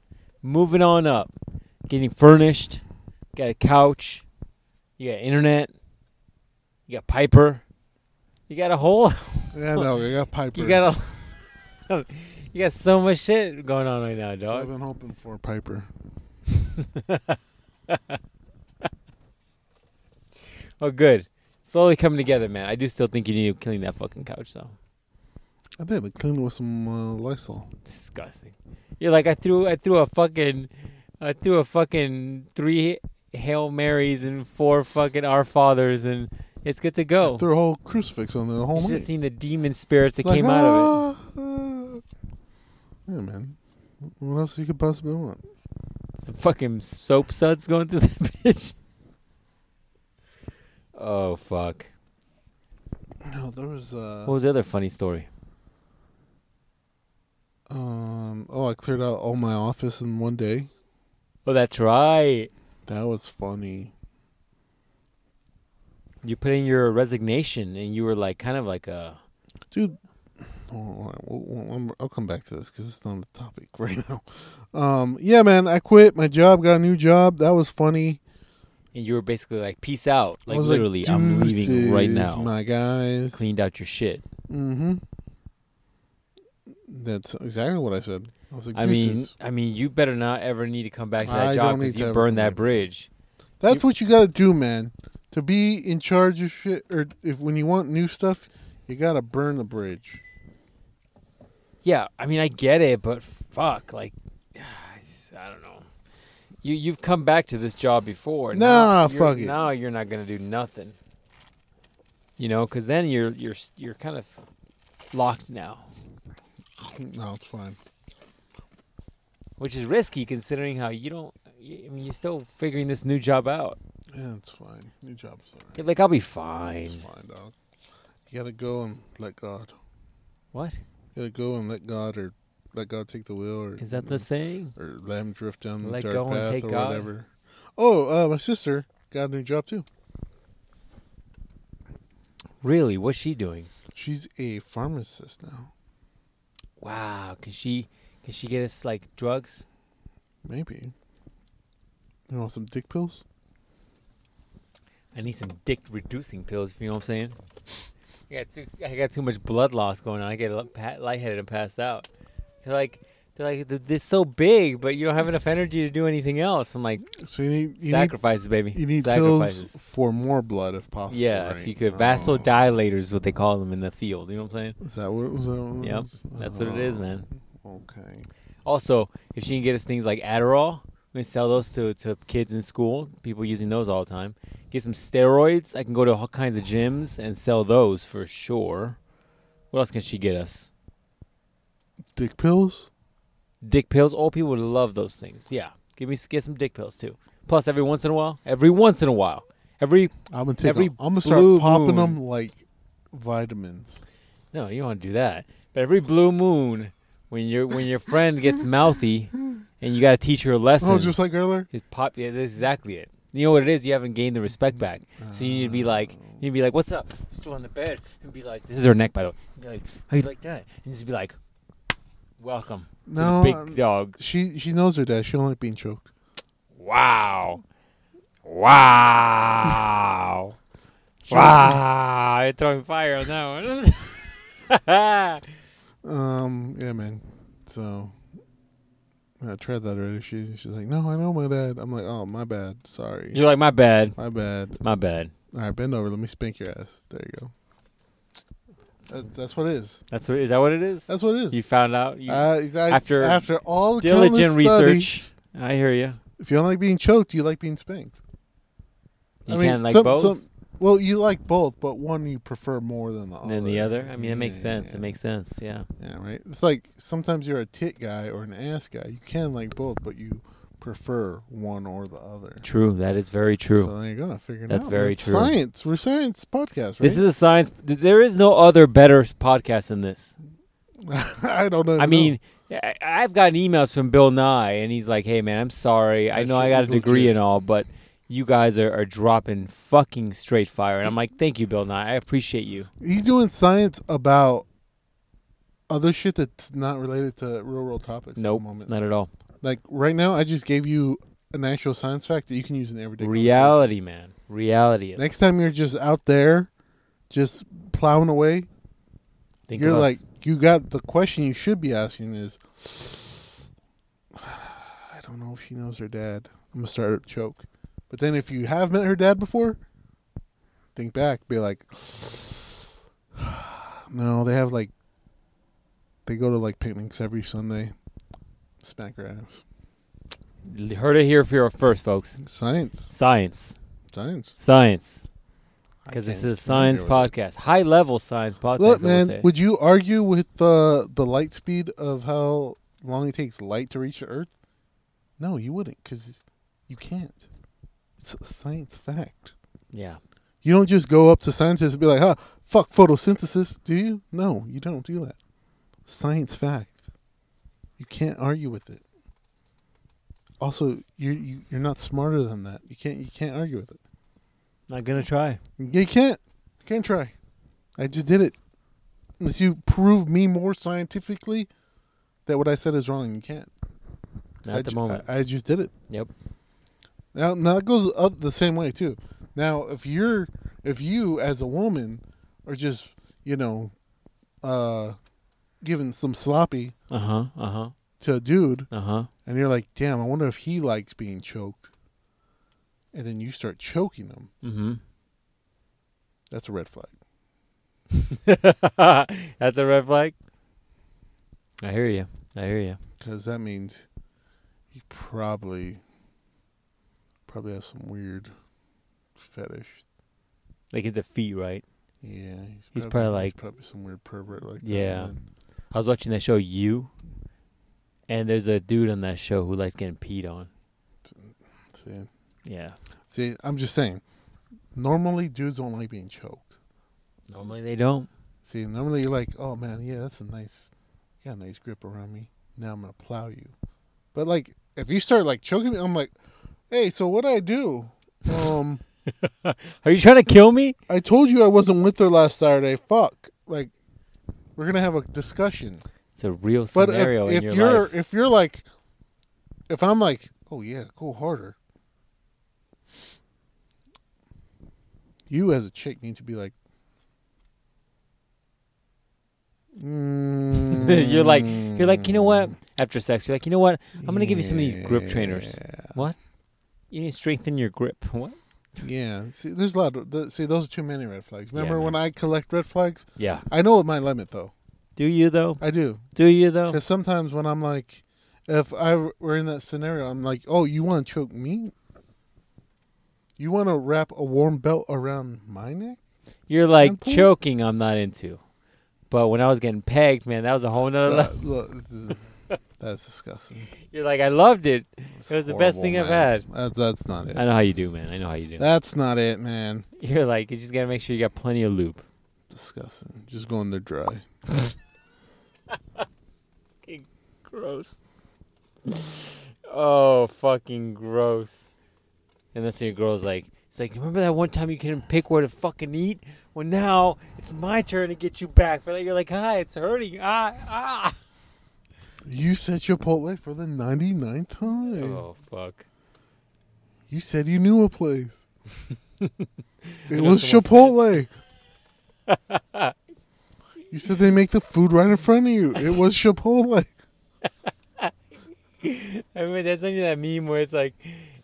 S2: Moving on up, getting furnished. Got a couch. You got internet. You got Piper. You got a whole.
S1: yeah, no, I got Piper.
S2: You got a. you got so much shit going on right now,
S1: So I've
S2: dog.
S1: been hoping for Piper.
S2: Oh, good. Slowly coming together, man. I do still think you need to clean that fucking couch, though.
S1: I did, but cleaned it with some uh, Lysol.
S2: disgusting. You're like I threw I threw a fucking I threw a fucking three Hail Marys and four fucking Our Fathers and it's good to
S1: I
S2: go.
S1: threw a whole crucifix on there, the whole
S2: You
S1: night.
S2: Oh. just seen the demon spirits that came out
S1: "Ah!"
S2: of
S1: of
S2: it.
S1: it. uh, Yeah, man. What else you could possibly want?
S2: Some fucking soap suds going through that bitch. Oh fuck.
S1: No, there was. Uh,
S2: What was the other funny story?
S1: um. Oh, I cleared out all my office in one day.
S2: Oh, that's right.
S1: That was funny.
S2: You put in your resignation and you were like kind of like a
S1: dude. oh, we'll- we'll- I'm- I'll come back to this because it's not the topic right now. Um, yeah, man, I quit my job, got a new job. That was funny.
S2: and you were basically like peace out.
S1: I
S2: Like
S1: was
S2: literally I'm leaving right
S1: "Deuces,
S2: now.
S1: my guys.
S2: Cleaned out your shit.
S1: Mm-hmm. That's exactly what I said. I was like,
S2: I mean,
S1: "Deuces."
S2: I mean, you better not ever need to come back to that
S1: I
S2: job
S1: don't need
S2: because
S1: to
S2: you
S1: ever
S2: burned
S1: come
S2: that
S1: back.
S2: bridge.
S1: that's what you got to do, man. To be in charge of shit, or if when you want new stuff, you got to burn the bridge.
S2: Yeah, I mean, I get it, but fuck, like, I just- I don't know. You you've come back to this job before.
S1: Nah,
S2: Now you're-
S1: fuck it.
S2: Now you're not gonna do nothing. You know, because then you're you're s- you're kind of locked now,
S1: No, it's fine.
S2: which is risky considering how you don't. I mean, you're still figuring this new job out.
S1: Yeah, it's fine. New job's alright.
S2: You're like, I'll be fine.
S1: It's fine, dog. You got to go and let God.
S2: What
S1: You gotta go and let God or let God take the wheel or
S2: is that the saying?
S1: or let him drift down the
S2: Let
S1: dark
S2: go and
S1: path
S2: take
S1: or
S2: God?
S1: whatever. Oh, uh, my sister got a new job too.
S2: Really? What's she doing?
S1: She's a pharmacist now.
S2: Wow, can she can she get us like drugs?
S1: Maybe. You want some dick pills?
S2: I need some dick reducing pills. If you know what I'm saying. I got too I got too much blood loss going on. I get li- pa- lightheaded and passed out. They're like They're like, "Th- this is so big, but you don't have enough energy to do anything else. I'm like,
S1: So you need you need,
S2: sacrifices, baby.
S1: you need pills
S2: sacrifices.
S1: for more blood if possible.
S2: yeah,
S1: right?
S2: if you could,
S1: Oh.
S2: vasodilators, what they call them in the field. You know what I'm saying?
S1: Is that what it was? That what it
S2: Yep,
S1: was?
S2: that's what it is, man.
S1: Oh, Okay.
S2: Also, if she can get us things like Adderall, we can sell those to, to kids in school. People using those all the time. Get some steroids. I can go to all kinds of gyms and sell those for sure. What else can she get us?
S1: Dick pills.
S2: Dick pills. Old people would love those things. Yeah, give me get some dick pills too. Plus, every once in a while, every once in a while, every
S1: I'm gonna take.
S2: Every
S1: I'm gonna start
S2: blue
S1: popping
S2: moon.
S1: them like vitamins.
S2: No, you don't want to do that. But every blue moon, when your when your friend gets mouthy, and you got to teach her a lesson,
S1: Oh, just like earlier.
S2: it's pop. Yeah, that's exactly it. You know what it is? You haven't gained the respect back, so you need to be like,
S1: Oh.
S2: you need to be like, "What's up?" Still on the bed, and be like, "This is her neck, by the way." Be like, "How you like that?" And just be like, "Welcome to
S1: No,
S2: the
S1: um,
S2: big dog."
S1: She she knows her dad. She don't like being choked.
S2: Wow, wow, wow! You're throwing fire on that one.
S1: Um. Yeah, man. So. I tried that already. She, she's like, no, I know my dad. I'm like, oh, my bad. Sorry.
S2: You're like, my bad,
S1: My bad.
S2: my bad.
S1: All right, bend over. Let me spank your ass. There you go. That, that's what it is.
S2: That's what is that what it is?
S1: That's what it
S2: you
S1: is.
S2: found out you
S1: Uh, exactly.
S2: after
S1: After after all the
S2: diligent
S1: countless
S2: research.
S1: studies,
S2: I hear you.
S1: if you don't like being choked, you like being spanked.
S2: You can't like
S1: some-
S2: both
S1: some- well, you like both, but one you prefer more than the other.
S2: than the other. I mean, that makes
S1: oh, Yeah,
S2: sense.
S1: yeah,
S2: It makes sense. Yeah.
S1: yeah, right. It's like sometimes you're a tit guy or an ass guy. You can like both, but you prefer one or the other.
S2: True. That is very true.
S1: So there you go. I figured
S2: That's
S1: out.
S2: very true.
S1: Science. We're science podcast, right?
S2: This is a science. th- There is no other better podcast than this.
S1: I don't know.
S2: I mean, I, I've gotten emails from Bill Nye, and he's like, "Hey, man, I'm sorry. I
S1: That
S2: know I
S1: shit
S2: got a
S1: is
S2: degree
S1: legit."
S2: and all, but you guys are, are dropping fucking straight fire." And I'm like, "Thank you, Bill Nye. I appreciate you."
S1: He's doing science about other shit that's not related to real world topics at
S2: Nope,
S1: the moment.
S2: not at all.
S1: Like right now I just gave you an actual science fact that you can use in everyday conversation.
S2: Reality, man. Reality.
S1: Next time you're just out there just plowing away,
S2: Think
S1: you're
S2: of us.
S1: like you got the question you should be asking is I don't know if she knows her dad. I'm gonna start to choke. But then if you have met her dad before, think back, be like No, they have like they go to like picnics every Sunday. Smack her ass.
S2: L- heard it here for your first, folks.
S1: Science.
S2: Science,
S1: Science.
S2: science,
S1: I
S2: because
S1: can't-
S2: this is a
S1: can't
S2: science
S1: deal with it.
S2: podcast, high level science podcast.
S1: Look,
S2: I will
S1: man,
S2: say.
S1: would you argue with uh, the light speed of how long it takes light to reach the Earth? No, you wouldn't, because you can't. It's a science fact.
S2: yeah,
S1: You don't just go up to scientists and be like, huh, fuck photosynthesis, do you? No, you don't do that. Science fact. You can't argue with it. Also, you're you, you're not smarter than that. You can't you can't argue with it.
S2: not gonna try.
S1: You can't. You can't try. I just did it. Unless you prove me more scientifically that what I said is wrong, you can't. 'Cause
S2: Not
S1: I
S2: at the
S1: ju-
S2: moment.
S1: I, I just did it.
S2: Yep.
S1: Now, now it goes up the same way too. Now, if you're, if you as a woman are just, you know, uh, giving some sloppy
S2: Uh huh. Uh huh.
S1: to a dude,
S2: Uh huh.
S1: and you're like, damn, I wonder if he likes being choked, and then you start choking him,
S2: Mm-hmm.
S1: that's a red flag.
S2: That's a red flag. I hear you. I hear you.
S1: Because that means you probably probably have some weird fetish.
S2: Like it's a feet, right?
S1: Yeah,
S2: He's probably like-
S1: probably some weird pervert like that,
S2: Yeah.
S1: man.
S2: I was watching that show You, and there's a dude on that show who likes getting peed on.
S1: See,
S2: Yeah.
S1: see, I'm just saying. Normally, dudes don't like being choked.
S2: Normally they don't.
S1: See, normally you're like, oh man, yeah, that's a nice, yeah, nice grip around me. Now I'm gonna plow you. But like, if you start like choking me, I'm like, hey, so what I do? Um.
S2: Are you trying to kill me?
S1: I told you I wasn't with her last Saturday. Fuck. Like, we're gonna have a discussion.
S2: It's a real
S1: But
S2: scenario
S1: if, if
S2: in your
S1: you're
S2: life.
S1: if you're like, if I'm like, oh yeah, go harder. You as a chick need to be like,
S2: you're like you're like you know what
S1: Mm.
S2: after sex you're like you know what I'm gonna give you some of these grip trainers.
S1: Yeah.
S2: What? You need to strengthen your grip. What?
S1: Yeah. See, there's a lot. Of, th- see, those are too many red flags.
S2: Yeah,
S1: Remember
S2: man.
S1: when I collect red flags?
S2: Yeah.
S1: I know my limit though.
S2: Do you though?
S1: I do
S2: Do you though?
S1: because sometimes when I'm like, if I were in that scenario, I'm like, oh, you want to choke me? You want to wrap a warm belt around my neck?
S2: You're like
S1: Temple?
S2: choking. I'm not into. But when I was getting pegged, man, that was a whole nother. level.
S1: That- look, th- that's disgusting.
S2: You're like, I loved it.
S1: That's
S2: It was the best
S1: horrible,
S2: thing I've
S1: man.
S2: had.
S1: That's, that's not it.
S2: I know how you do, man. I know how you do.
S1: That's not it, man.
S2: You're like, you just gotta make sure you got plenty of lube.
S1: Disgusting. Just going there dry.
S2: Gross. oh, fucking gross. And that's when your girl's like, it's like, remember that one time you couldn't pick where to fucking eat? Well, now it's my turn to get you back. But you're like, hi, it's hurting. Ah, ah.
S1: You said Chipotle for the 99th time.
S2: Oh, fuck.
S1: You said you knew a place. it
S2: know
S1: was
S2: someone-
S1: Chipotle. you said they make the food right in front of you. It was Chipotle.
S2: I mean, that's only that meme where it's like,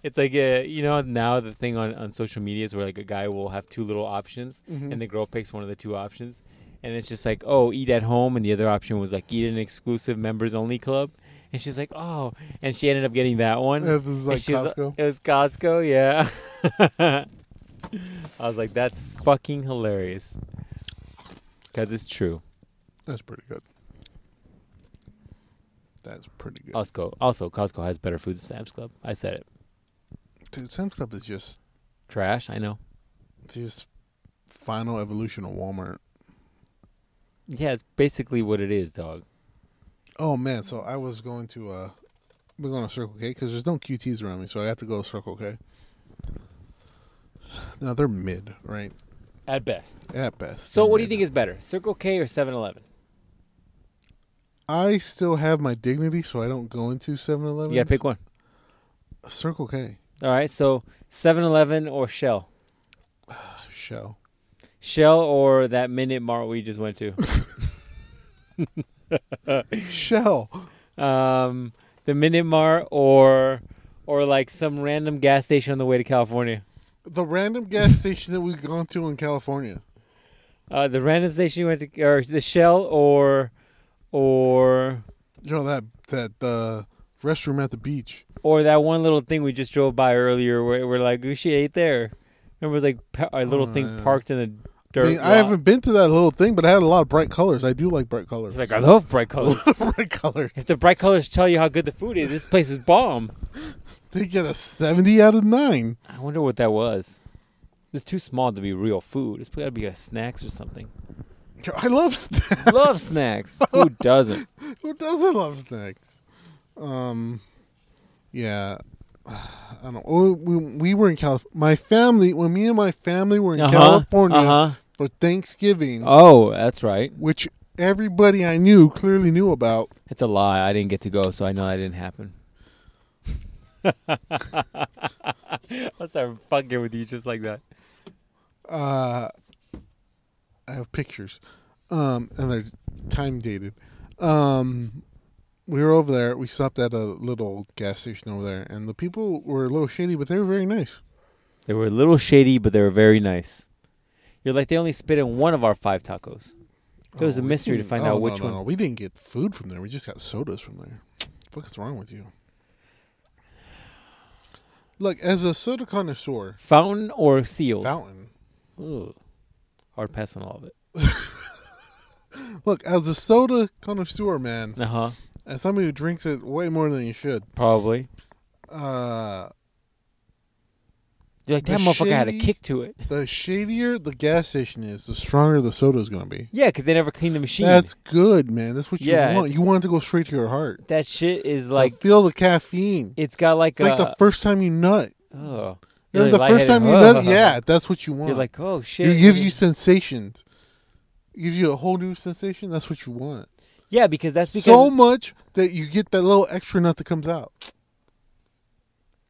S2: it's like, uh you know, now the thing on, on social media is where like a guy will have two little options and the girl picks one of the two options. And it's just like, oh, eat at home. And the other option was like, eat in an exclusive members only club. And she's like, oh. And she ended up getting that one.
S1: It was
S2: And
S1: like
S2: she was-
S1: Costco.
S2: it was Costco, yeah. I was like, that's fucking hilarious. Because it's true.
S1: That's pretty good. That's pretty good.
S2: Costco, also, Costco has better food than Sam's Club. I said it.
S1: Dude, Sam's Club is just
S2: Trash, I know.
S1: just final evolution of Walmart.
S2: Yeah, it's basically what it is, dog.
S1: Oh man, so I was going to uh, we're going to Circle K because there's no QTs around me, so I have to go to Circle K. Now they're mid, right?
S2: At best.
S1: At best.
S2: So,
S1: they're
S2: what do you
S1: mid.
S2: think is better, Circle K or 7 Eleven?
S1: I still have my dignity, so I don't go into 7 Eleven.
S2: You gotta pick one.
S1: Circle K.
S2: All right, so 7 Eleven or Shell?
S1: Shell.
S2: Shell or that Minute Mart we just went to?
S1: Shell.
S2: um, the Minute Mart or or like some random gas station on the way to California.
S1: The random gas station that we've gone to in California.
S2: Uh, the random station you went to, or the Shell or or
S1: You know, that, that uh, restroom at the beach.
S2: or that one little thing we just drove by earlier where we're like we should ate there. Remember, it was like pa- a little
S1: Oh,
S2: thing
S1: yeah.
S2: parked in the
S1: I,
S2: dirt.
S1: mean, I
S2: lot.
S1: haven't been to that little thing, but I had a lot of bright colors. I do like bright colors.
S2: It's Like I love bright colors.
S1: bright colors.
S2: if the bright colors tell you how good the food is, this place is bomb.
S1: They get a 70 out of 9.
S2: I wonder what that was. It's too small to be real food. It's gotta be like snacks or something.
S1: I love snacks.
S2: Love snacks. Who doesn't?
S1: Who doesn't love snacks? Um, yeah, I don't. oh, We, we were in California. My family, when me and my family were in California
S2: Uh-huh.
S1: for Thanksgiving,
S2: Oh, that's right.
S1: which everybody I knew clearly knew about.
S2: It's a lie. I didn't get to go, so I know that didn't happen. What's that fucking with you just like that?
S1: Uh, I have pictures, um, and they're time dated. Um, we were over there. We stopped at a little gas station over there, and the people were a little shady, but they were very nice.
S2: They were a little shady, but they were very nice. You're like they only spit in one of our five tacos. There was a
S1: we
S2: mystery to
S1: didn't-
S2: find
S1: oh,
S2: out
S1: no,
S2: which
S1: no,
S2: one.
S1: No, we didn't get food from there. We just got sodas from there. Fuck is wrong with you? Look, as a soda connoisseur,
S2: Fountain or sealed?
S1: fountain.
S2: Ooh. Hard pass on all of it.
S1: Look, as a soda connoisseur, man,
S2: Uh huh.
S1: as somebody who drinks it way more than you should,
S2: Probably.
S1: uh,
S2: You're like
S1: The
S2: that motherfucker had a
S1: shady-
S2: kick to it.
S1: the shadier the gas station is, the stronger the soda is going to be.
S2: Yeah, because they never cleaned the machine.
S1: That's good, man. That's what you
S2: Yeah.
S1: want. You want it to go straight to your heart.
S2: that shit is
S1: Like
S2: like
S1: feel the caffeine.
S2: it's got like
S1: It's like
S2: a.
S1: the first time you nut.
S2: oh,
S1: You know, the first time you nut, yeah, that's what you want.
S2: You're like, oh shit.
S1: It gives you sensations. Gives you a whole new sensation. That's what you want.
S2: yeah, because that's because
S1: so much that you get that little extra nut that comes out.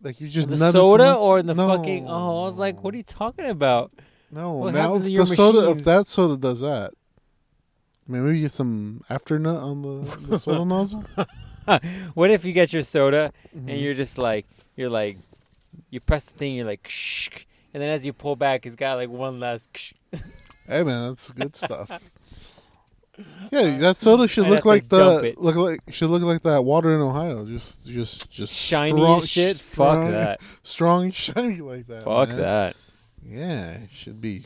S1: Like you just
S2: the
S1: nutted so
S2: soda
S1: much-
S2: or the
S1: No.
S2: fucking. Oh, I was like, what are you talking about?
S1: No,
S2: what
S1: now if
S2: happens to
S1: the
S2: your
S1: soda if
S2: machines?
S1: that soda does that, Man, maybe get some afternut on the, the soda nozzle.
S2: what if you get your soda and
S1: Mhm.
S2: you're just like you're like you press the thing you're like shh and then as you pull back it's got like one last ksh.
S1: Hey man, that's good stuff. Yeah, that soda should
S2: I'd have
S1: look
S2: to
S1: like
S2: dump
S1: the
S2: it.
S1: look like should look like that water in Ohio. Just just just
S2: shiny
S1: strong,
S2: as shit fuck
S1: strong-
S2: that
S1: strong and shiny like that.
S2: fuck
S1: man.
S2: that
S1: Yeah, it should be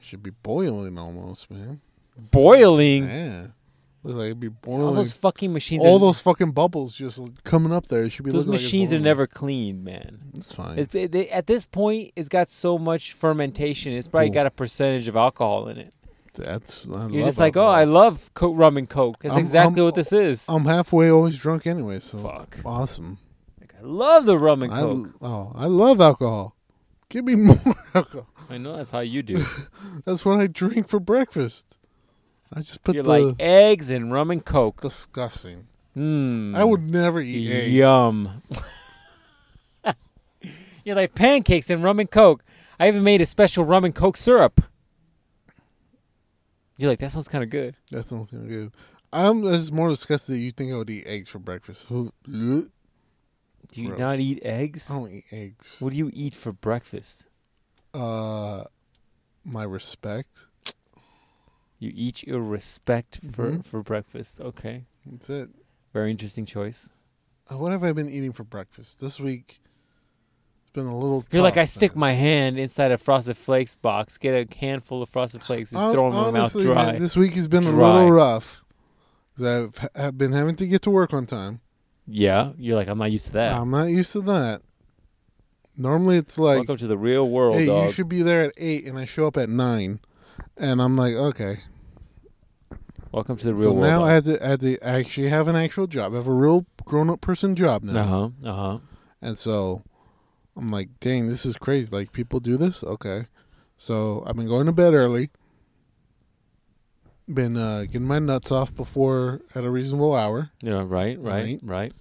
S1: should be boiling almost, man.
S2: boiling
S1: Yeah, looks like it'd be
S2: all
S1: boiling.
S2: those fucking machines
S1: All
S2: are,
S1: those fucking bubbles just coming up there. It should be
S2: those
S1: looking like it's
S2: machines are
S1: boiling.
S2: never cleaned man
S1: That's fine.
S2: it's, it- they, at this point it's got so much fermentation it's probably
S1: Cool.
S2: got a percentage of alcohol in it
S1: That's I
S2: you're
S1: love
S2: just like oh
S1: alcohol.
S2: i love co- rum and coke that's
S1: I'm-
S2: exactly
S1: I'm-
S2: what this is
S1: I'm halfway always drunk anyway, so
S2: fuck
S1: awesome.
S2: Like, i love the rum and
S1: I,
S2: coke
S1: oh, I love alcohol. Give me more alcohol.
S2: I know that's how you do
S1: That's what I drink for breakfast. I just put
S2: You're
S1: the
S2: like eh. eggs and rum and coke.
S1: disgusting.
S2: Mm.
S1: I would never eat eggs.
S2: Yum. You're like pancakes and rum and coke. I even made a special rum and coke syrup. You're like that sounds kind of good.
S1: That sounds kinda good. I'm just more disgusted that you think I would eat eggs for breakfast. Who- Blech.
S2: Do you
S1: Gross. Oh.
S2: not eat eggs?
S1: I don't eat eggs.
S2: What do you eat for breakfast?
S1: Uh, my respect.
S2: You eat your respect for
S1: Mhm.
S2: for breakfast. Okay,
S1: That's it.
S2: very interesting choice.
S1: Uh, What have I been eating for breakfast this week? It's been a little.
S2: You're like
S1: tough,
S2: I stick
S1: man.
S2: my hand inside a frosted flakes box, get a handful of frosted flakes, just
S1: Hon-
S2: throw them in my mouth
S1: honestly,
S2: dry.
S1: man, this week has been a
S2: Dry.
S1: little rough. 'Cause I've, ha- have been having to get to work on time.
S2: yeah, you're like I'm not used to that.
S1: I'm not used to that. Normally, it's like,
S2: Welcome to the real world,
S1: hey,
S2: dog.
S1: you should be there at eight, and I show up at nine, and I'm like, okay.
S2: Welcome to the real
S1: So
S2: world.
S1: now I had to, I had to actually have an actual job. I have a real grown-up person job now,
S2: uh huh, uh huh.
S1: and so I'm like, dang, this is crazy. Like people do this, okay. So I've been going to bed early. Been uh, getting my nuts off before at a reasonable hour.
S2: Yeah, right, right,
S1: Right.
S2: right.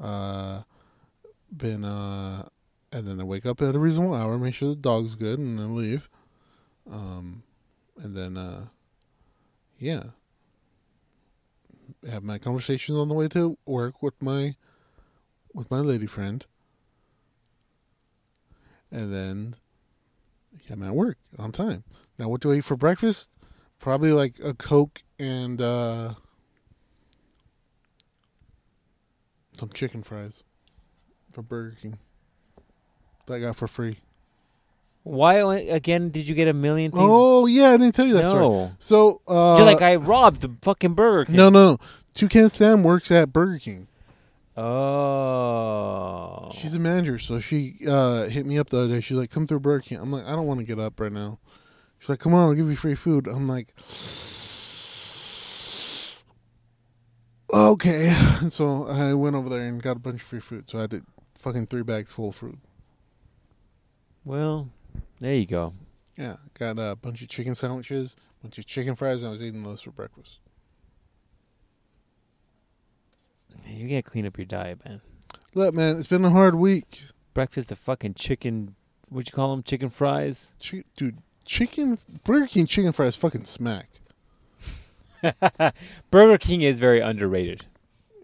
S1: uh been uh and then I wake up at a reasonable hour, make sure the dog's good and then leave. Um and then uh yeah. Have my conversations on the way to work with my with my lady friend. And then I'm at work on time. Now what do I eat for breakfast? Probably like a Coke and uh some chicken fries from Burger King. That I got for free.
S2: Why o- again did you get a million things?
S1: Oh yeah, I didn't tell you that story.
S2: no.
S1: So uh,
S2: You're like I robbed the fucking Burger King.
S1: no, no, no. Toucan Sam works at Burger King.
S2: Oh.
S1: She's a manager, so she uh, hit me up the other day. She's like, "Come through Burger King." I'm like, "I don't want to get up right now." She's like, "Come on, I'll give you free food." I'm like, "Okay." So I went over there and got a bunch of free food. So I did fucking three bags full of fruit.
S2: well, there you go.
S1: Yeah, got a bunch of chicken sandwiches, bunch of chicken fries, and I was eating those for breakfast.
S2: You gotta clean up your diet, man.
S1: Look, man, it's been a hard week.
S2: Breakfast, the fucking chicken. What you call them? Chicken fries.
S1: Chi- dude, chicken Burger King chicken fries fucking smack.
S2: Burger King is very underrated.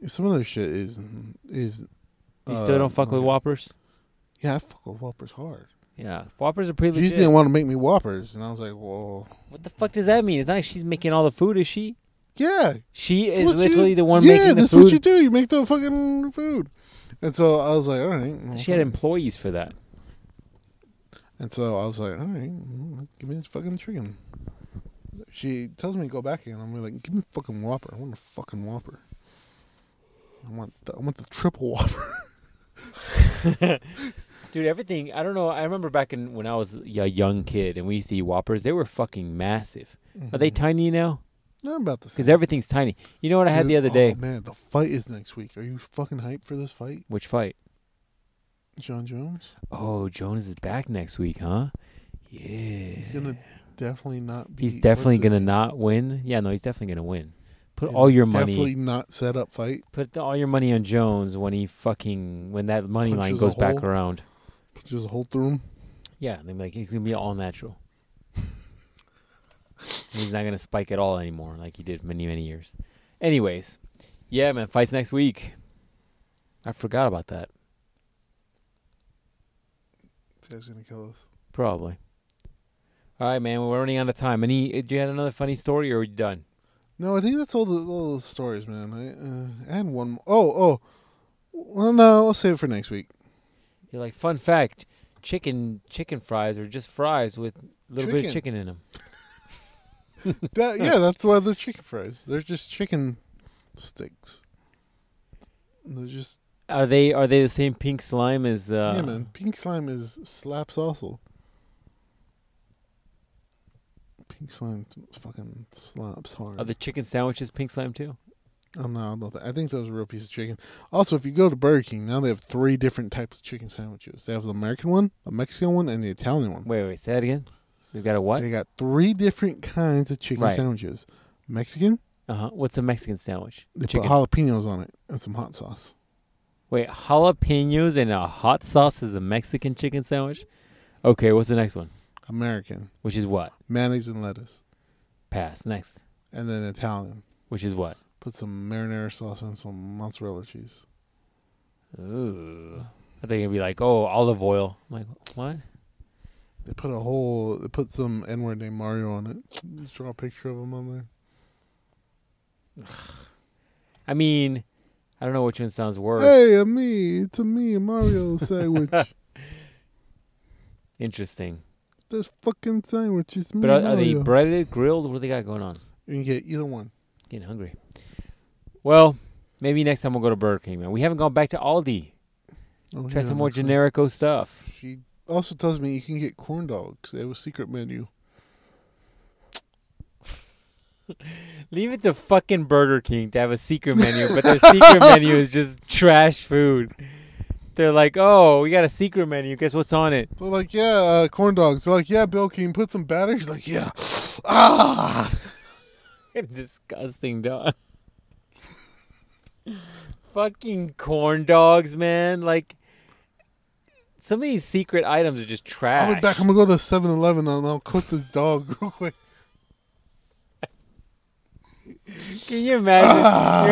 S1: Some other shit is is.
S2: You
S1: uh,
S2: still don't fuck with
S1: okay.
S2: Whoppers?
S1: Yeah, I fuck with Whoppers hard.
S2: Yeah, Whoppers are pretty
S1: She just
S2: legit.
S1: didn't want to make me Whoppers, and I was like, "Well,
S2: What the fuck does that mean? It's not like she's making all the food, is she?
S1: yeah."
S2: She is
S1: what you-
S2: literally the one
S1: yeah,
S2: making the
S1: that's
S2: food.
S1: what you do. You make the fucking food. And so I was like, "All right." well,
S2: She had
S1: fine."
S2: employees for that.
S1: And so I was like, all right, mm, give me this fucking chicken. She tells me to go back again. I'm like, give me a fucking Whopper. I want a fucking Whopper. I want the, I want the triple Whopper.
S2: Dude, everything. I don't know. I remember back in when I was a young kid and we used to eat Whoppers. They were fucking massive. Are
S1: Mm-hmm.
S2: they tiny now?
S1: Not about the same.
S2: Because everything's tiny. You know what I had the
S1: Dude,
S2: other day?
S1: Oh man, the fight is next week. Are you fucking hyped for this fight,
S2: Which fight?
S1: John Jones?
S2: Oh, Jonas is back next week, huh? Yeah.
S1: He's gonna definitely not be.
S2: He's definitely
S1: what's it-
S2: gonna not win. Yeah, no, he's definitely gonna win. Put
S1: it
S2: all
S1: is
S2: your money.
S1: Definitely not set up fight.
S2: Put the- all your money on Jones when he fucking when that money line
S1: Punches a
S2: goes back
S1: hole.
S2: around.
S1: Just hold through him.
S2: Yeah, they're like he's gonna be all natural. And he's not gonna spike at all anymore, like he did many many years. Anyways, yeah, man, fights next week. I forgot about that.
S1: This guy's gonna kill us.
S2: Probably. All right, man. We're running out of time. Any? uh, Do you have another funny story, or are you done?
S1: No, I think that's all the all the stories, man. I, uh, and one. More. Oh, oh. Well, no, I'll save it for next week.
S2: You're like, fun fact: chicken chicken fries are just fries with a little bit
S1: Chicken.
S2: of chicken in them.
S1: That- yeah, that's why the chicken fries. They're just chicken sticks. They're just
S2: Are they are they the same pink slime as? Uh,
S1: yeah, man. Pink slime is slaps also. Pink slime fucking slaps hard.
S2: Are the chicken sandwiches pink slime too?
S1: Oh no, I love that. I think that was a real piece of chicken. Also, if you go to Burger King now, they have three different types of chicken sandwiches. They have the American one, the Mexican one, and the Italian one.
S2: Wait, wait, say that again. They've got a what?
S1: They got three different kinds of chicken
S2: Right.
S1: sandwiches: Mexican,
S2: Uh huh. What's a Mexican sandwich?
S1: they
S2: Chicken.
S1: put jalapenos on it and some hot sauce.
S2: Wait, jalapenos and a hot sauce is a Mexican chicken sandwich. Okay, what's the next one?
S1: American
S2: Which is what?
S1: mayonnaise and lettuce,
S2: Pass. Next,
S1: and then Italian.
S2: which is what?
S1: Put some marinara sauce and some mozzarella cheese.
S2: Ooh. I think it'd be like, oh, olive oil. I'm like, what?
S1: They put a whole. They put some N word named Mario on it. Just draw a picture of him on there.
S2: I mean, I don't know which one sounds worse.
S1: Hey, a me, it's a me, Mario sandwich.
S2: Interesting.
S1: this fucking sandwich is me,
S2: But are, are they
S1: Mario.
S2: breaded, grilled? What do they got going on?
S1: You can get either one.
S2: Getting hungry. Well, maybe next time we'll go to Burger King, man. We haven't gone back to Aldi.
S1: Oh,
S2: Try
S1: yeah,
S2: some more
S1: actually.
S2: generico stuff.
S1: She also tells me you can get corn dogs. They have a secret menu.
S2: Leave it to fucking Burger King to have a secret menu, but their secret menu is just trash food. They're like, oh, we got a secret menu. Guess what's on it?
S1: They're like, yeah, uh, corn dogs. They're like, yeah, Bill, can you put some batter? She's like, yeah. Ah,
S2: Disgusting dog. Fucking corn dogs, man. Like some of these secret items are just trash.
S1: I'll be back. I'm gonna go to 7-Eleven and I'll cook this dog real quick.
S2: Can you imagine? You're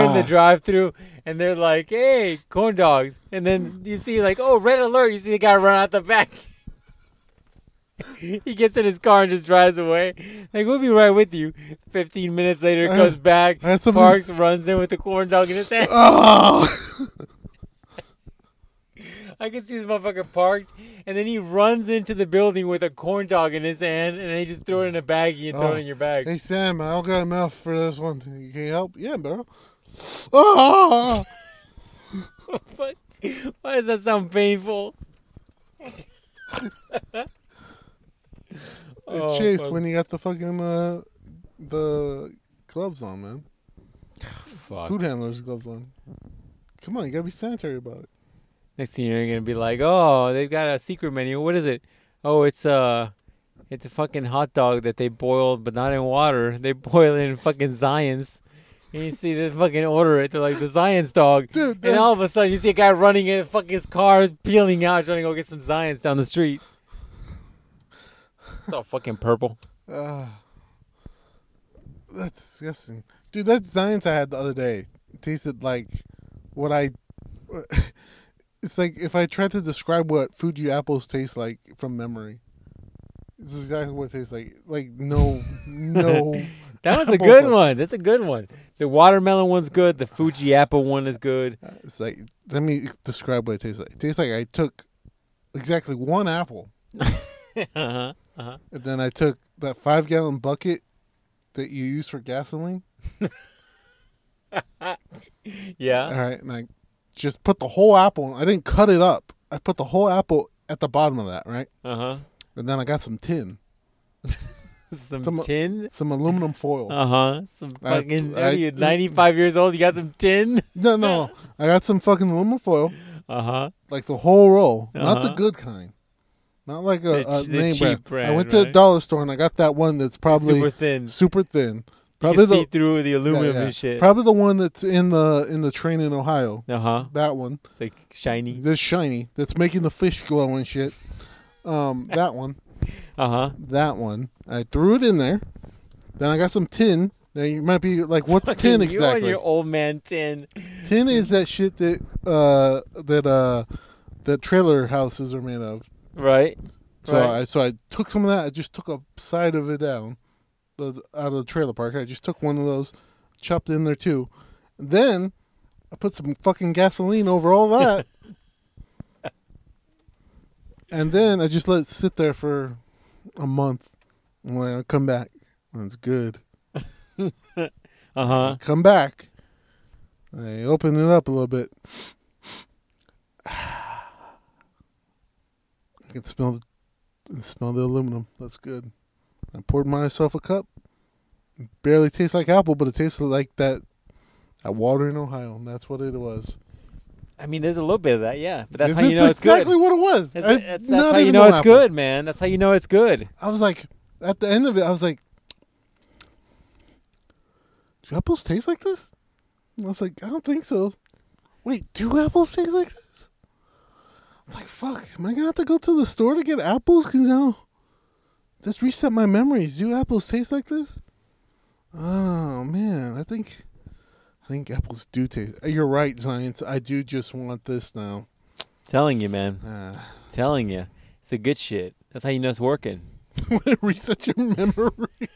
S1: Ah.
S2: in the drive-through and they're like, "Hey, corn dogs," and then you see like, "Oh, red alert!" You see the guy run out the back. he gets in his car and just drives away. Like, we'll be right with you. Fifteen minutes later,
S1: I-
S2: comes back.
S1: I had Uh, some of
S2: Parks
S1: these-
S2: runs in with the corn dog in his hand.
S1: Ah,
S2: I can see this motherfucker parked, and then he runs into the building with a corn dog in his hand, and they just throw it in a baggie and throw
S1: Oh.
S2: it in your bag.
S1: hey Sam, I don't got enough for this one. You can help? Yeah, bro. Ah,
S2: Fuck. Why does that sound painful? Oh,
S1: chase
S2: fuck.
S1: when you got the fucking uh, the gloves on, man. Food handlers gloves on. Come on, you gotta be sanitary about it.
S2: Next thing you know, you're gonna be like, oh, they've got a secret menu. What is it? Oh, it's uh, it's a fucking hot dog that they boiled, but not in water. They boil it in fucking Zions. And you see they fucking order it. They're like the Zions dog.
S1: Dude,
S2: And
S1: that-
S2: all of a sudden, you see a guy running in, fucking his car is peeling out, trying to go get some Zions down the street. It's all fucking purple.
S1: Uh, that's disgusting, dude. That Zion's I had the other day tasted like what I. It's like if I tried to describe what Fuji apples taste like from memory. This is exactly what it tastes like. Like no, no.
S2: That was a
S1: Apple
S2: good
S1: one.
S2: one. That's a good one. The watermelon one's good. The Fuji apple one is good.
S1: It's like let me describe what it tastes like. It tastes like I took exactly one apple,
S2: uh-huh. Uh-huh.
S1: and then I took that five gallon bucket that you use for gasoline. All
S2: Yeah.
S1: right, and I just put the whole apple. I didn't cut it up. I put the whole apple at the bottom of that, right?
S2: Uh-huh.
S1: And then I got some tin,
S2: Some,
S1: Some-
S2: tin.
S1: some aluminum foil.
S2: Uh huh. Some
S1: I-
S2: fucking.
S1: I-
S2: are you 95 years old? You got some tin?
S1: no, no, I got some fucking aluminum foil,
S2: Uh huh.
S1: like the whole roll, not the
S2: Uh-huh.
S1: good kind, not like a,
S2: The
S1: a
S2: ch- the
S1: name brand.
S2: cheap brand,
S1: I went to a
S2: right?
S1: dollar store and I got that one that's probably
S2: Super
S1: super,
S2: thin.
S1: thin.
S2: You can
S1: Probably
S2: see
S1: the
S2: through the
S1: yeah,
S2: aluminum
S1: yeah.
S2: and shit.
S1: probably the one that's in the in the train in Ohio.
S2: uh huh.
S1: That one.
S2: It's like shiny.
S1: That's shiny. That's making the fish glow and shit. Um, that one.
S2: Uh huh.
S1: that one. I threw it in there, Then I got some tin. Now you might be like, "What's
S2: Fucking
S1: tin
S2: You
S1: exactly?"
S2: and your old man tin.
S1: Tin is that shit that uh that uh that trailer houses are made of.
S2: Right.
S1: So
S2: Right.
S1: I so I took some of that. I just took a side of it down the- out of the trailer park. I just took one of those, chopped it in there too. Then I put some fucking gasoline over all that. and then I just let it sit there for a month. And when I come back, and it's good.
S2: Uh huh.
S1: Come back. I open it up a little bit. I can smell the I can smell the aluminum. That's good. I poured myself a cup. It barely tastes like apple, but it tastes like that that water in Ohio, and that's what it was.
S2: I mean, there's a little bit of that, yeah. But that's how
S1: That's
S2: you know it's good.
S1: exactly what it was.
S2: That's,
S1: I-
S2: that's- that's
S1: not
S2: how you
S1: even
S2: know
S1: no
S2: it's
S1: apple.
S2: good, man. That's how you know it's good.
S1: I was like, at the end of it, I was like, do apples taste like this? And I was like, I don't think so. Wait, do apples taste like this? I was like, fuck, am I going to have to go to the store to get apples? Because now, this reset my memories. Do apples taste like this? Oh, man, I think. I think apples do taste. uh, You're right, science. I do just want this now.
S2: Telling you, man.
S1: Uh,
S2: Telling you, it's the good shit. That's how you know it's working.
S1: reset your memory.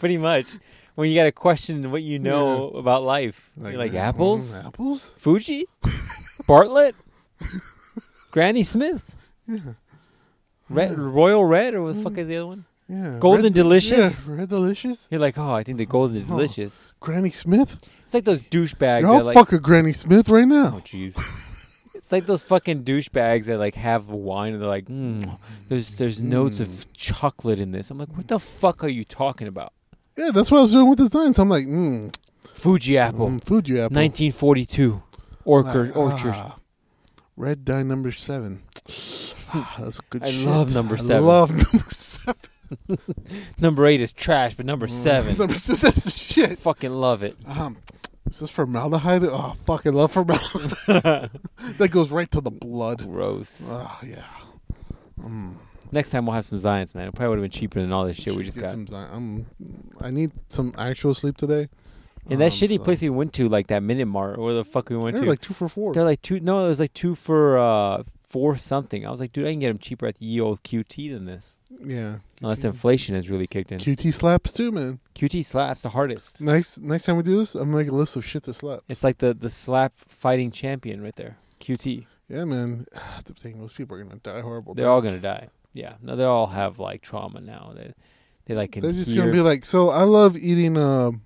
S2: Pretty much. When you got to question what you know about life, like, like
S1: mm,
S2: apples,
S1: Apples?
S2: Fuji, Bartlett, Granny Smith,
S1: Yeah.
S2: Red, Royal Red, or what the fuck is the other one?
S1: Yeah.
S2: Golden
S1: Red-
S2: Delicious?
S1: Yeah, Red Delicious.
S2: You're like, oh, I think the golden
S1: Huh.
S2: delicious.
S1: Granny Smith.
S2: It's like those douchebags
S1: Yo,
S2: that
S1: I'll
S2: like,
S1: fuck a Granny Smith right
S2: oh
S1: now.
S2: jeez. It's like those fucking douchebags that like have wine and they're like, mm, there's there's notes
S1: Mm.
S2: of chocolate in this. I'm like, what the fuck are you talking about?
S1: Yeah, that's what I was doing with the signs. I'm like, mm,
S2: Fuji apple,
S1: mm Fuji apple.
S2: 1942, orchard.
S1: Like,
S2: orchard.
S1: ah, red dye number seven. Ah, that's good
S2: I
S1: shit.
S2: love number seven.
S1: I love number seven.
S2: Number eight is trash, but
S1: Mm.
S2: number seven,
S1: number seven. That's the shit.
S2: fucking love it.
S1: Um, is this formaldehyde? Oh, fucking love formaldehyde. that goes right to the blood.
S2: Gross.
S1: Oh, yeah. Mm.
S2: Next time we'll have some Zions, man. It probably would have been cheaper than all this shit we
S1: Should
S2: just
S1: get
S2: got.
S1: Some, Zy- um, I need some actual sleep today.
S2: And
S1: Um,
S2: that shitty
S1: so-
S2: place we went to, like that Minute Mart, or where the fuck we went
S1: They're
S2: to.
S1: like two for four.
S2: They're like two. No, it was like two for uh four something. I was like, dude, I can get them cheaper at the ye old QT than this.
S1: Yeah.
S2: Unless inflation has really kicked in.
S1: QT slaps too, man.
S2: QT slaps the hardest.
S1: Next next time we do this, I'm gonna make a list of shit to slap.
S2: It's like the the slap fighting champion right there. QT.
S1: Yeah, man. The thing, those people are gonna die horrible.
S2: They're all gonna die. Yeah. No, they all have like trauma now. They they like can
S1: They're just
S2: hear.
S1: gonna be like, so I love eating um,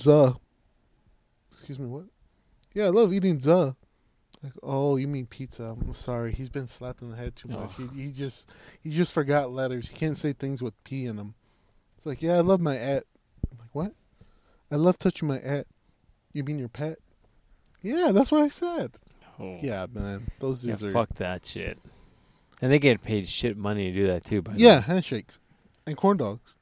S1: za. Excuse me, what? Yeah, I love eating za. Like, oh, you mean pizza? I'm sorry, he's been slapped in the head too much. He, he just he just forgot letters. He can't say things with p in them. It's like, yeah, I love my at. I'm like, what? I love touching my at. You mean your pet? Yeah, that's what I said.
S2: Oh.
S1: Yeah, man, those
S2: Yeah,
S1: dudes are.
S2: fuck that shit. And they get paid shit money to do that too. By the
S1: Yeah, handshakes and corn dogs.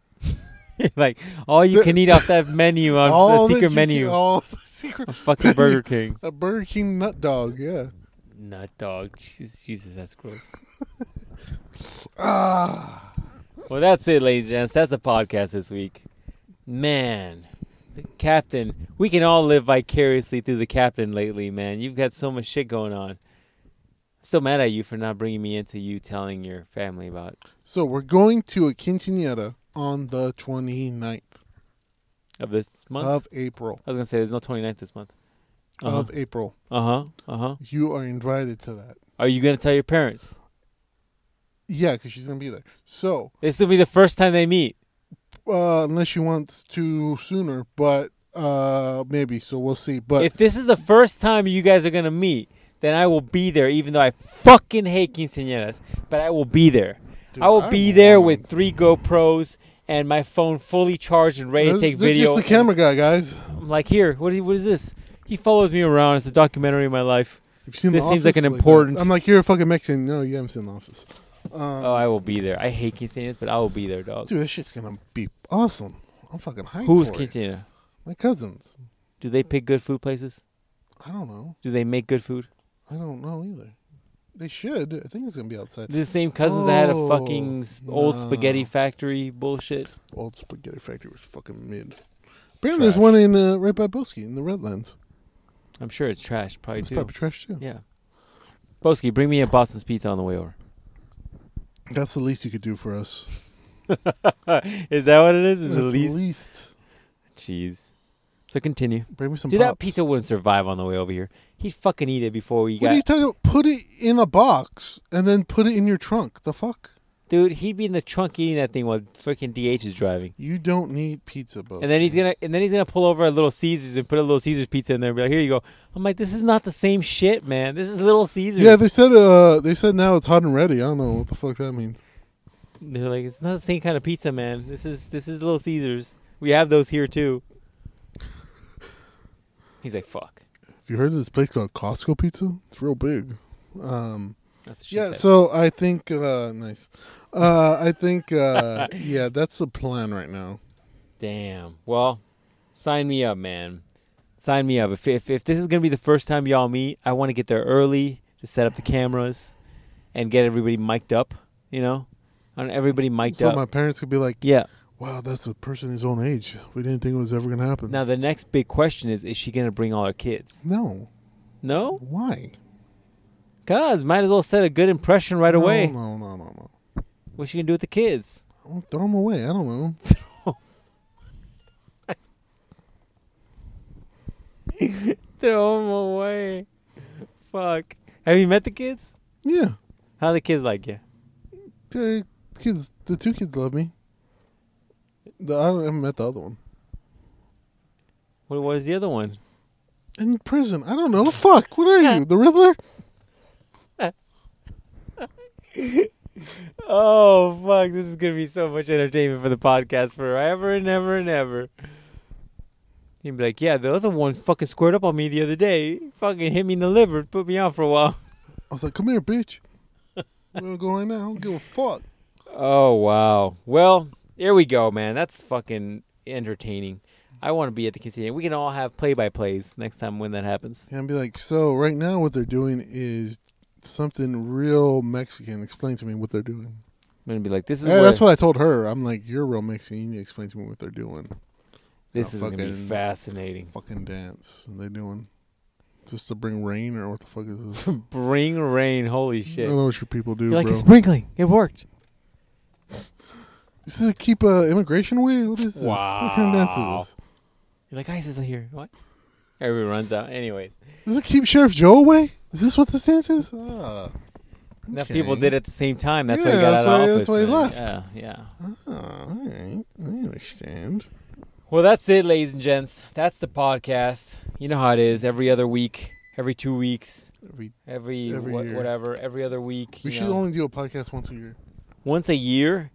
S2: way. like all you can eat off that menu on
S1: all
S2: the
S1: that you
S2: secret
S1: can-
S2: menu
S1: all the secret.
S2: of fucking Burger King.
S1: A Burger King nut dog. Yeah.
S2: Nut dog. Jesus, Jesus, that's gross.
S1: Ah.
S2: Well, that's it, ladies and gents. That's the podcast this week. Man, the Captain, we can all live vicariously through the Captain lately, man. You've got so much shit going on. I'm still mad at you for not bringing me into you telling your family about.
S1: So we're going to a quinceanera on the 29th
S2: Of this month,
S1: of April.
S2: I was gonna say there's no 29th this month. Uh huh.
S1: Of April,
S2: Uh huh. Uh-huh.
S1: you are invited to that.
S2: Are you gonna tell your parents?
S1: Yeah, because she's gonna be there. So
S2: This will be the first time they meet.
S1: uh, unless she wants to sooner, but uh, maybe. So we'll see. But
S2: if this is the first time you guys are gonna meet, then I will be there. Even though I fucking hate quinceañeras, but I will be there.
S1: Dude,
S2: I will
S1: I
S2: be there
S1: want-
S2: with three GoPros and my phone fully charged and ready
S1: This-
S2: to take
S1: this is
S2: video.
S1: just the camera guy, guys.
S2: And I'm like, here, what? Is, what is this? He follows me around. It's a documentary of my life.
S1: You've seen
S2: This
S1: The
S2: seems like
S1: Office
S2: an
S1: that.
S2: important-
S1: I'm like, you're a fucking Mexican. No, you haven't seen The Office. Um,
S2: Oh, I will be there. I hate quinceañeras, but I will be there, dog.
S1: Dude, this shit's gonna be awesome. I'm fucking hyped.
S2: Who's
S1: for it.
S2: quinceañera?
S1: My cousins.
S2: Do they pick good food places?
S1: I don't know.
S2: Do they make good food?
S1: I don't know either. They should. I think it's gonna be outside.
S2: The same cousins that had a
S1: Oh,
S2: fucking sp- old spaghetti
S1: no.
S2: factory bullshit.
S1: Old Spaghetti Factory was fucking mid. Apparently, there's
S2: Trash.
S1: one in uh, right by Boski in the Redlands.
S2: I'm sure it's trash, probably
S1: It's
S2: too.
S1: probably trash too.
S2: Yeah. Boski, bring me a Boston's pizza on the way over.
S1: That's the least you could do for us.
S2: is that what it is? Is
S1: That's
S2: the least
S1: least.
S2: cheese. So continue.
S1: Bring me some.
S2: Dude, that
S1: pops.
S2: pizza wouldn't survive on the way over here. He'd fucking eat it before we
S1: What
S2: got.
S1: are you talking about? Put it in a box and then put it in your trunk. The fuck?
S2: Dude, he'd be in the trunk eating that thing while freaking DH is driving.
S1: You don't need pizza, bro.
S2: And then he's gonna and then he's gonna pull over a little Caesars and put a little Caesars pizza in there and be like, here you go. I'm like, this is not the same shit, man. This is little Caesars.
S1: yeah, they said uh they said now it's hot and ready. I don't know what the fuck that means.
S2: They're like, it's not the same kind of pizza, man. This is this is Little Caesars. We have those here too. He's like, fuck.
S1: Have you heard of this place called Costco Pizza? It's real big. Um
S2: That's what she
S1: yeah,
S2: said.
S1: so I think uh nice. Uh I think uh yeah, that's the plan right now.
S2: Damn. Well, sign me up, man. Sign me up. If if, if this is gonna be the first time y'all meet, I want to get there early to set up the cameras and get everybody mic'd up. You know, on everybody mic'd
S1: So
S2: up.
S1: my parents could be like,
S2: yeah.
S1: Wow, that's a person his own age. We didn't think it was ever gonna happen.
S2: Now the next big question is: Is she gonna bring all her kids?
S1: no.
S2: No,
S1: Why?
S2: cause might as well set a good impression right
S1: no,
S2: away.
S1: No, no, no, no.
S2: What's she gonna do with the kids?
S1: Well, throw them away. I don't know.
S2: Throw them away. Fuck. Have you met the kids?
S1: Yeah.
S2: How the kids like you?
S1: The kids, the two kids love me. The, I haven't met the other one.
S2: What was the other one?
S1: In prison. I don't know. Fuck. What are you? The Riddler?
S2: Oh fuck! This is gonna be so much entertainment for the podcast forever and ever and ever. You'd be like, yeah, the other one fucking squared up on me the other day. Fucking hit me in the liver, put me out for a while.
S1: I was like, come here, bitch. We're going now. I don't give a fuck.
S2: Oh wow. Well, there we go, man. That's fucking entertaining. I want to be at the casino. We can all have play-by-plays next time when that happens.
S1: And be like, so right now what they're doing is something real Mexican. Explain to me what they're doing.
S2: I'm gonna be like, this is
S1: Yeah,
S2: where-
S1: that's what I told her. I'm like, you're real Mexican. You need to explain to me what they're doing.
S2: this is gonna be
S1: fucking-
S2: fascinating.
S1: Fucking dance. What they doing? Just to bring rain or what the fuck is this? I
S2: Bring rain, holy shit.
S1: don't know what your people do,
S2: You're like
S1: bro.
S2: it's sprinkling. It worked.
S1: This is keep uh, immigration away. What is this? What kind of dance
S2: Wow.
S1: is this?
S2: You're like ice is here. What? Everybody runs out. Anyways,
S1: Does it keep Sheriff Joe away? Is this what the stance is? Ah.
S2: enough
S1: Okay.
S2: people did it at the same time. That's why he
S1: Yeah,
S2: got
S1: that's
S2: out of
S1: why-
S2: office.
S1: that's why he
S2: man.
S1: left.
S2: Yeah, yeah.
S1: Ah, all right. I understand.
S2: Well, that's it, ladies and gents. That's the podcast. You know how it is. Every other week, every two weeks,
S1: We,
S2: every,
S1: Every
S2: what-
S1: year.
S2: whatever, every other week.
S1: we
S2: you
S1: should
S2: know.
S1: only do a podcast once a year.
S2: once a year.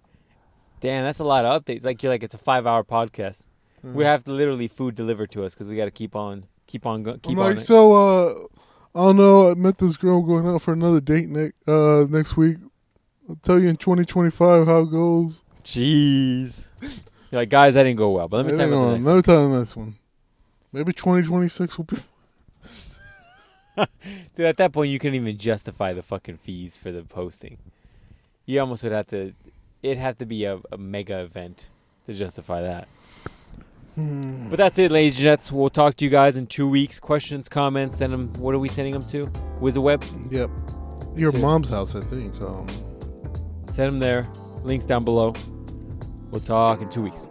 S2: Damn, that's a lot of updates. Like you're like it's a five-hour podcast. We
S1: Uh,
S2: have to literally food delivered to us because we got to keep on, keep on, go, keep
S1: I'm
S2: on.
S1: like,
S2: it.
S1: so, uh, I don't know. I met this girl going out for another date ne- uh, next week. I'll tell you in 2025 how it goes.
S2: Jeez. You're like, guys, that didn't go well. But let me
S1: Maybe
S2: tell you about the
S1: on-
S2: next
S1: let
S2: one.
S1: me tell you the next one. Maybe 2026 will be.
S2: Dude, at that point, you couldn't even justify the fucking fees for the posting. You almost would have to. It'd have to be a, a mega event to justify that.
S1: Hmm.
S2: But that's it, ladies and gents. We'll talk to you guys in two weeks. Questions, comments, send them. What are we sending them to? WizardWeb?
S1: Hmm, Yep. Your
S2: Dude.
S1: mom's house, I think. Um,
S2: Send them there. Links down below. We'll talk in two weeks.